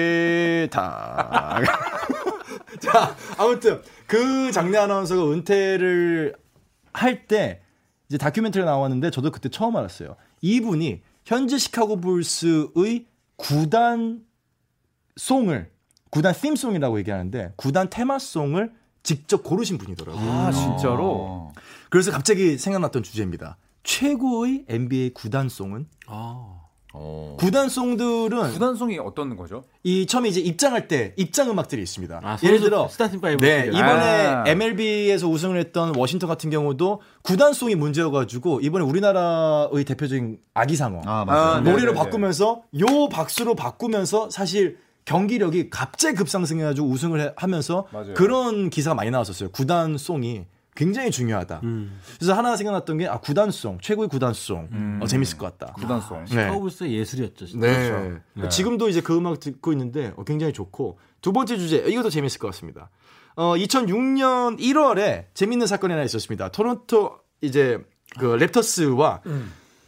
Speaker 5: 시타. 자, 아무튼 그 장례 아나운서가 은퇴를 할 때 이제 다큐멘터리가 나왔는데 저도 그때 처음 알았어요. 이분이 현재 시카고 불스의 구단 송을 구단 팀송이라고 얘기하는데 구단 테마송을 직접 고르신 분이더라고요.
Speaker 3: 아 진짜로.
Speaker 2: 어.
Speaker 5: 그래서 갑자기 생각났던 주제입니다. 최고의 NBA 구단송은
Speaker 4: 아.
Speaker 2: 어.
Speaker 5: 구단송들은
Speaker 3: 구단송이 어떤 거죠?
Speaker 5: 이 처음에 이제 입장할 때 입장 음악들이 있습니다.
Speaker 4: 아,
Speaker 5: 예를 들어
Speaker 4: 스타팅 파이브.
Speaker 5: 네
Speaker 4: 같은 게.
Speaker 5: 이번에
Speaker 3: 아.
Speaker 5: MLB에서 우승을 했던 워싱턴 같은 경우도 구단송이 문제여가지고 이번에 우리나라의 대표적인 아기상어
Speaker 2: 아 맞아.
Speaker 3: 아,
Speaker 2: 요
Speaker 3: 네.
Speaker 5: 노래로 바꾸면서 요 박수로 바꾸면서 사실 경기력이 갑자기 급상승해가지고 우승을 해- 하면서
Speaker 3: 맞아요.
Speaker 5: 그런 기사가 많이 나왔었어요. 구단송이 굉장히 중요하다.
Speaker 4: 음.
Speaker 5: 그래서 하나 생각났던 게 아 구단송 최고의 구단송
Speaker 3: 음.
Speaker 5: 어, 재밌을 것 같다.
Speaker 3: 구단송.
Speaker 5: 네.
Speaker 4: 파워블스의 예술이었죠. 진짜.
Speaker 6: 네.
Speaker 5: 그러니까 지금도 이제 그 음악 듣고 있는데 어, 굉장히 좋고 두 번째 주제 이것도 재밌을 것 같습니다. 어, 2006년 1월에 재밌는 사건이 하나 있었습니다. 토론토 이제 그 랩터스와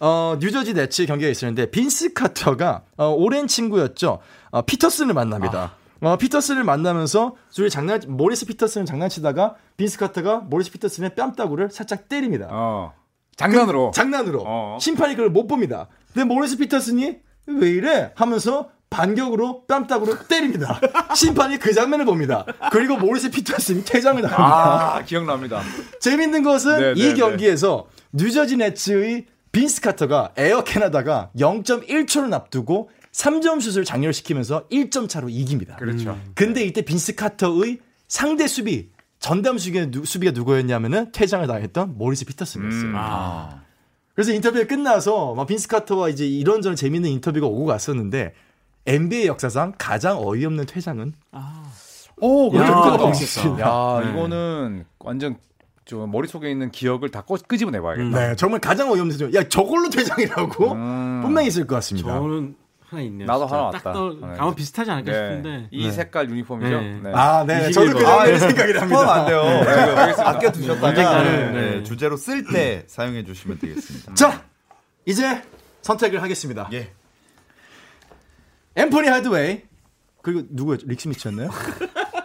Speaker 5: 어, 뉴저지 네츠 경기가 있었는데 빈스 카터가 어, 오랜 친구였죠. 어, 피터슨을 만납니다. 어, 피터슨을 만나면서 둘이 장난 모리스 피터슨을 장난치다가 빈스 카터가 모리스 피터슨의 뺨따구를 살짝 때립니다.
Speaker 3: 어. 장난으로.
Speaker 5: 장난으로
Speaker 3: 어.
Speaker 5: 심판이 그걸 못 봅니다. 근데 모리스 피터슨이 왜 이래 하면서 반격으로 뺨따구로 때립니다. 심판이 그 장면을 봅니다. 그리고 모리스 피터슨이 퇴장을 당합니다.
Speaker 3: 아, 기억납니다.
Speaker 5: 재밌는 것은
Speaker 3: 네, 네,
Speaker 5: 이
Speaker 3: 네.
Speaker 5: 경기에서 뉴저지 네츠의 빈스 카터가 에어 캐나다가 0.1초를 앞두고 3점 슛을 장렬시키면서 1점 차로 이깁니다.
Speaker 3: 그렇죠.
Speaker 5: 근데 이때 빈스 카터의 상대 수비 전담 수비가, 누, 구였냐면은 퇴장을 당했던 모리스 피터슨이었어요. 그래서 인터뷰가 끝나서 막 빈스 카터와 이제 이런저런 재밌는 인터뷰가 오고 갔었는데 NBA 역사상 가장 어이없는 퇴장은
Speaker 3: 오,
Speaker 4: 야,
Speaker 3: 어, 그렇죠. 그거
Speaker 4: 그거
Speaker 3: 있었어. 야, 이거는 완전 저 머릿속에 있는 기억을 다 꺼- 끄집어내봐야겠다.
Speaker 5: 네 정말 가장 어이없는 퇴장. 야 저걸로 퇴장이라고 분명히 있을 것 같습니다.
Speaker 4: 저는 하나 있네요.
Speaker 3: 나도
Speaker 4: 진짜.
Speaker 3: 하나
Speaker 4: 딱
Speaker 3: 왔다. 네.
Speaker 4: 떠-
Speaker 3: 하나
Speaker 4: 아마
Speaker 3: 있다.
Speaker 4: 비슷하지 않을까 싶은데.
Speaker 3: 이 색깔 유니폼이죠.
Speaker 4: 네.
Speaker 3: 네.
Speaker 5: 아, 네. 저도
Speaker 4: 21번.
Speaker 5: 그 정도의
Speaker 2: 아,
Speaker 5: 생각이
Speaker 2: 포함
Speaker 5: 납니다. 네,
Speaker 2: 안 돼요. 지금 아껴 두셨다가
Speaker 4: 언젠가는,
Speaker 2: 네,
Speaker 4: 네.
Speaker 2: 주제로 쓸 때 사용해 주시면 되겠습니다.
Speaker 5: 자, 이제 선택을 하겠습니다.
Speaker 2: 예.
Speaker 5: 앰프니 하드웨이 그리고 누구였죠? 릭스미치였나요?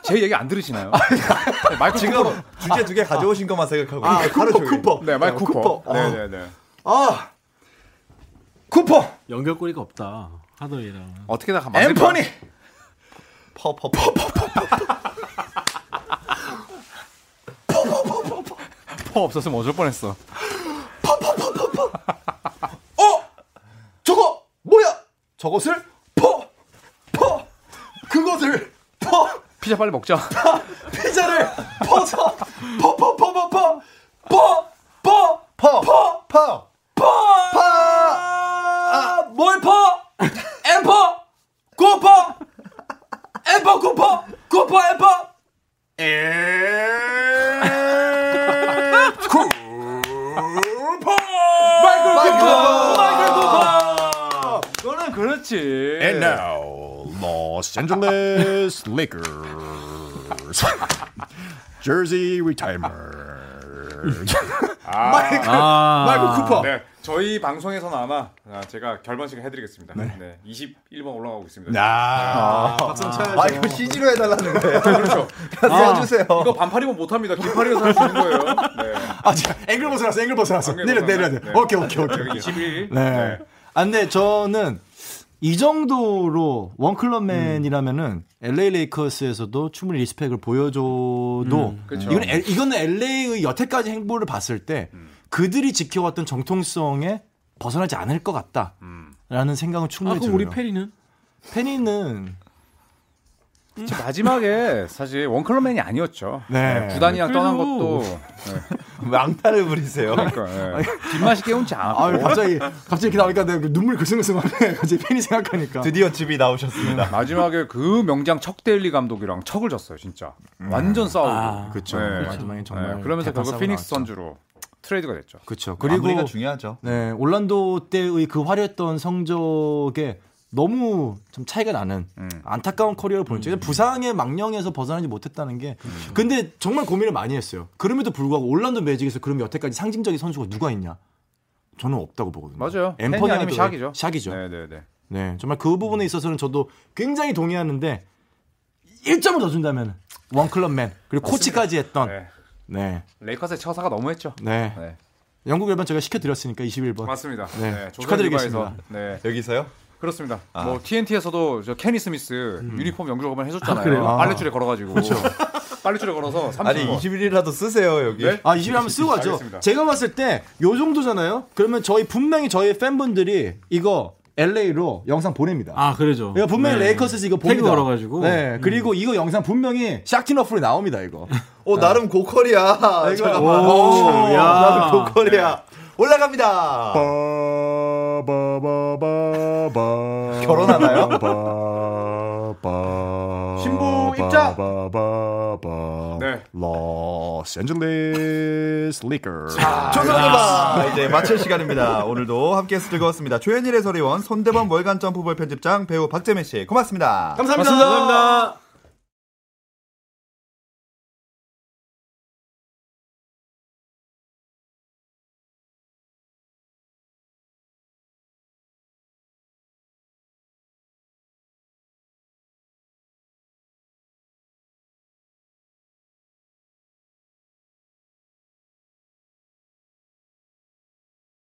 Speaker 3: 제 얘기 안 들으시나요? 네, 마이클
Speaker 2: 지금
Speaker 3: 쿠퍼.
Speaker 2: 주제 두 개 가져오신 것만 생각하고
Speaker 5: 아,
Speaker 2: 하루
Speaker 5: 쿠퍼,
Speaker 2: 종일.
Speaker 5: 쿠퍼.
Speaker 3: 네, 마이클 쿠퍼.
Speaker 5: 쿠퍼. 아.
Speaker 3: 네, 네, 네.
Speaker 5: 아, 쿠퍼,
Speaker 4: 연결고리가 없다. 하더웨이랑.
Speaker 3: 어떻게 다 만들
Speaker 5: 앰프니.
Speaker 2: 퍼, 퍼, 퍼, 퍼, 퍼.
Speaker 3: 퍼 없었으면 어쩔 뻔했어.
Speaker 5: 어, 저거 뭐야? 저것을 퍼, 퍼, 그것을 퍼,
Speaker 3: 피자 빨리 먹자.
Speaker 5: 피자를 퍼서 퍼, 퍼, 퍼, 퍼, 퍼, 퍼, 퍼, 퍼, 퍼, 퍼, 퍼, 아, 뭘 퍼? 앰퍼, 쿠퍼, 앰퍼, 쿠퍼, 쿠퍼, 앰퍼.
Speaker 3: 마이클 쿠퍼.
Speaker 5: 마이클 쿠퍼.
Speaker 3: 아, 그거는 그렇지.
Speaker 7: now, Los Angeles Lakers. Jersey retirement.
Speaker 4: 아.
Speaker 5: 마이클 쿠퍼.
Speaker 3: 네, 저희 방송에서는 아마 아, 제가 결혼식을 해드리겠습니다. 네. 21번 올라가고 있습니다.
Speaker 7: 아,
Speaker 2: 아, 이거 CG로 해달라는 거예요.
Speaker 3: 그렇죠.
Speaker 2: 써주세요.
Speaker 3: 이거 반팔 입으면 못합니다. 긴팔이라서 할 수 있는 거예요. 네.
Speaker 5: 아, 자, 앵글 벗어났어, 앵글 벗어났어.
Speaker 3: 앵글
Speaker 5: 내려, 내려,
Speaker 3: 벗어났네.
Speaker 5: 내려. 오케이, 오케이, 오케이.
Speaker 3: 여기 21일.
Speaker 5: 네. 아, 근데 저는 이 정도로 원클럽맨이라면은 LA 레이커스에서도 충분히 리스펙을 보여줘도
Speaker 3: 그쵸.
Speaker 5: 이건 엘- 이거는 LA의 여태까지 행보를 봤을 때 그들이 지켜왔던 정통성에 벗어나지 않을 것 같다라는 생각은
Speaker 4: 아,
Speaker 5: 충분히
Speaker 4: 그럼
Speaker 5: 들어요.
Speaker 4: 우리 페리는?
Speaker 5: 팬이는
Speaker 3: 저 마지막에 사실 원클럽맨이 아니었죠.
Speaker 5: 네.
Speaker 3: 구단이랑 떠난
Speaker 4: 그래도-
Speaker 3: 것도
Speaker 2: 망타를 부리세요.
Speaker 3: 그러니까 네. 뒷맛이 깨운지 않고
Speaker 5: 아유 갑자기 갑자기 이렇게 나오니까 내가 눈물 글썽글썽하네. 갑자기 팬이 생각하니까.
Speaker 2: 드디어 집이 나오셨습니다.
Speaker 3: 마지막에 그 명장 척데일리 감독이랑 척을 졌어요. 진짜 완전 싸우고. 네.
Speaker 4: 아,
Speaker 5: 그쵸. 마지막에 정말
Speaker 3: 그러면서
Speaker 5: 대판
Speaker 3: 결국
Speaker 5: 싸움
Speaker 3: 피닉스
Speaker 5: 나왔죠.
Speaker 3: 선주로 트레이드가 됐죠.
Speaker 5: 그렇죠.
Speaker 2: 마무리가
Speaker 5: 그리고
Speaker 2: 중요하죠.
Speaker 5: 네, 올란도 때의 그 화려했던 성적에 너무 좀 차이가 나는
Speaker 3: 네.
Speaker 5: 안타까운 커리어를 보냈죠.
Speaker 3: 음.
Speaker 5: 부상의 망령에서 벗어나지 못했다는 게. 근데 정말 고민을 많이 했어요. 그럼에도 불구하고 올란도 매직에서 그럼 여태까지 상징적인 선수가 누가 있냐? 저는 없다고 보거든요.
Speaker 3: 맞아요.
Speaker 5: 앰퍼니
Speaker 3: 팬이 아니면
Speaker 5: 하드웨이.
Speaker 3: 샥이죠.
Speaker 5: 샥이죠. 네.
Speaker 3: 네네네.
Speaker 5: 정말 그 부분에 있어서는 저도 굉장히 동의하는데 1점을 더 준다면 원클럽맨 그리고 코치까지 했던
Speaker 3: 네.
Speaker 5: 네.
Speaker 3: 레이커스의 처사가 너무했죠.
Speaker 5: 네.
Speaker 3: 네.
Speaker 5: 영국 열반 제가 시켜 드렸으니까 21번.
Speaker 3: 맞습니다.
Speaker 5: 네.
Speaker 3: 네. 조선
Speaker 5: 축하드리겠습니다. 아.
Speaker 3: 일가에서, 네.
Speaker 2: 여기서요?
Speaker 3: 그렇습니다. 뭐 TNT에서도 저 케니 스미스 유니폼 영국 한번 해줬잖아요.
Speaker 5: 음. 아.
Speaker 3: 빨래줄에 걸어가지고. 빨래줄에 걸어서 30번.
Speaker 2: 아니, 21이라도 쓰세요, 여기.
Speaker 3: 네?
Speaker 5: 아, 20일 한번 쓰고 가죠.
Speaker 3: 알겠습니다.
Speaker 5: 제가 봤을 때, 요 정도잖아요? 그러면 저희, 분명히 저희 팬분들이 이거 LA로 영상 보냅니다.
Speaker 4: 아, 그러죠.
Speaker 5: 이거 분명히
Speaker 4: 네.
Speaker 5: 레이커스에서 이거
Speaker 4: 태그
Speaker 5: 봅니다.
Speaker 4: 걸어가지고.
Speaker 5: 네. 그리고 이거 영상 분명히 샥틴 어플에 나옵니다, 이거.
Speaker 2: 오, 나름 고퀄이야. 네. 잠깐만.
Speaker 4: 오, 야.
Speaker 2: 나름 고퀄이야. 올라갑니다. 결혼하나요?
Speaker 3: 신부 입장! 네.
Speaker 7: Los Angeles Lakers.
Speaker 2: 조선일보 아, 이제 마칠 시간입니다. 오늘도 함께해서 즐거웠습니다. 조현일의 서리원, 손대범 월간점 후보 편집장 배우 박재민 씨 고맙습니다.
Speaker 5: 감사합니다. 감사합니다.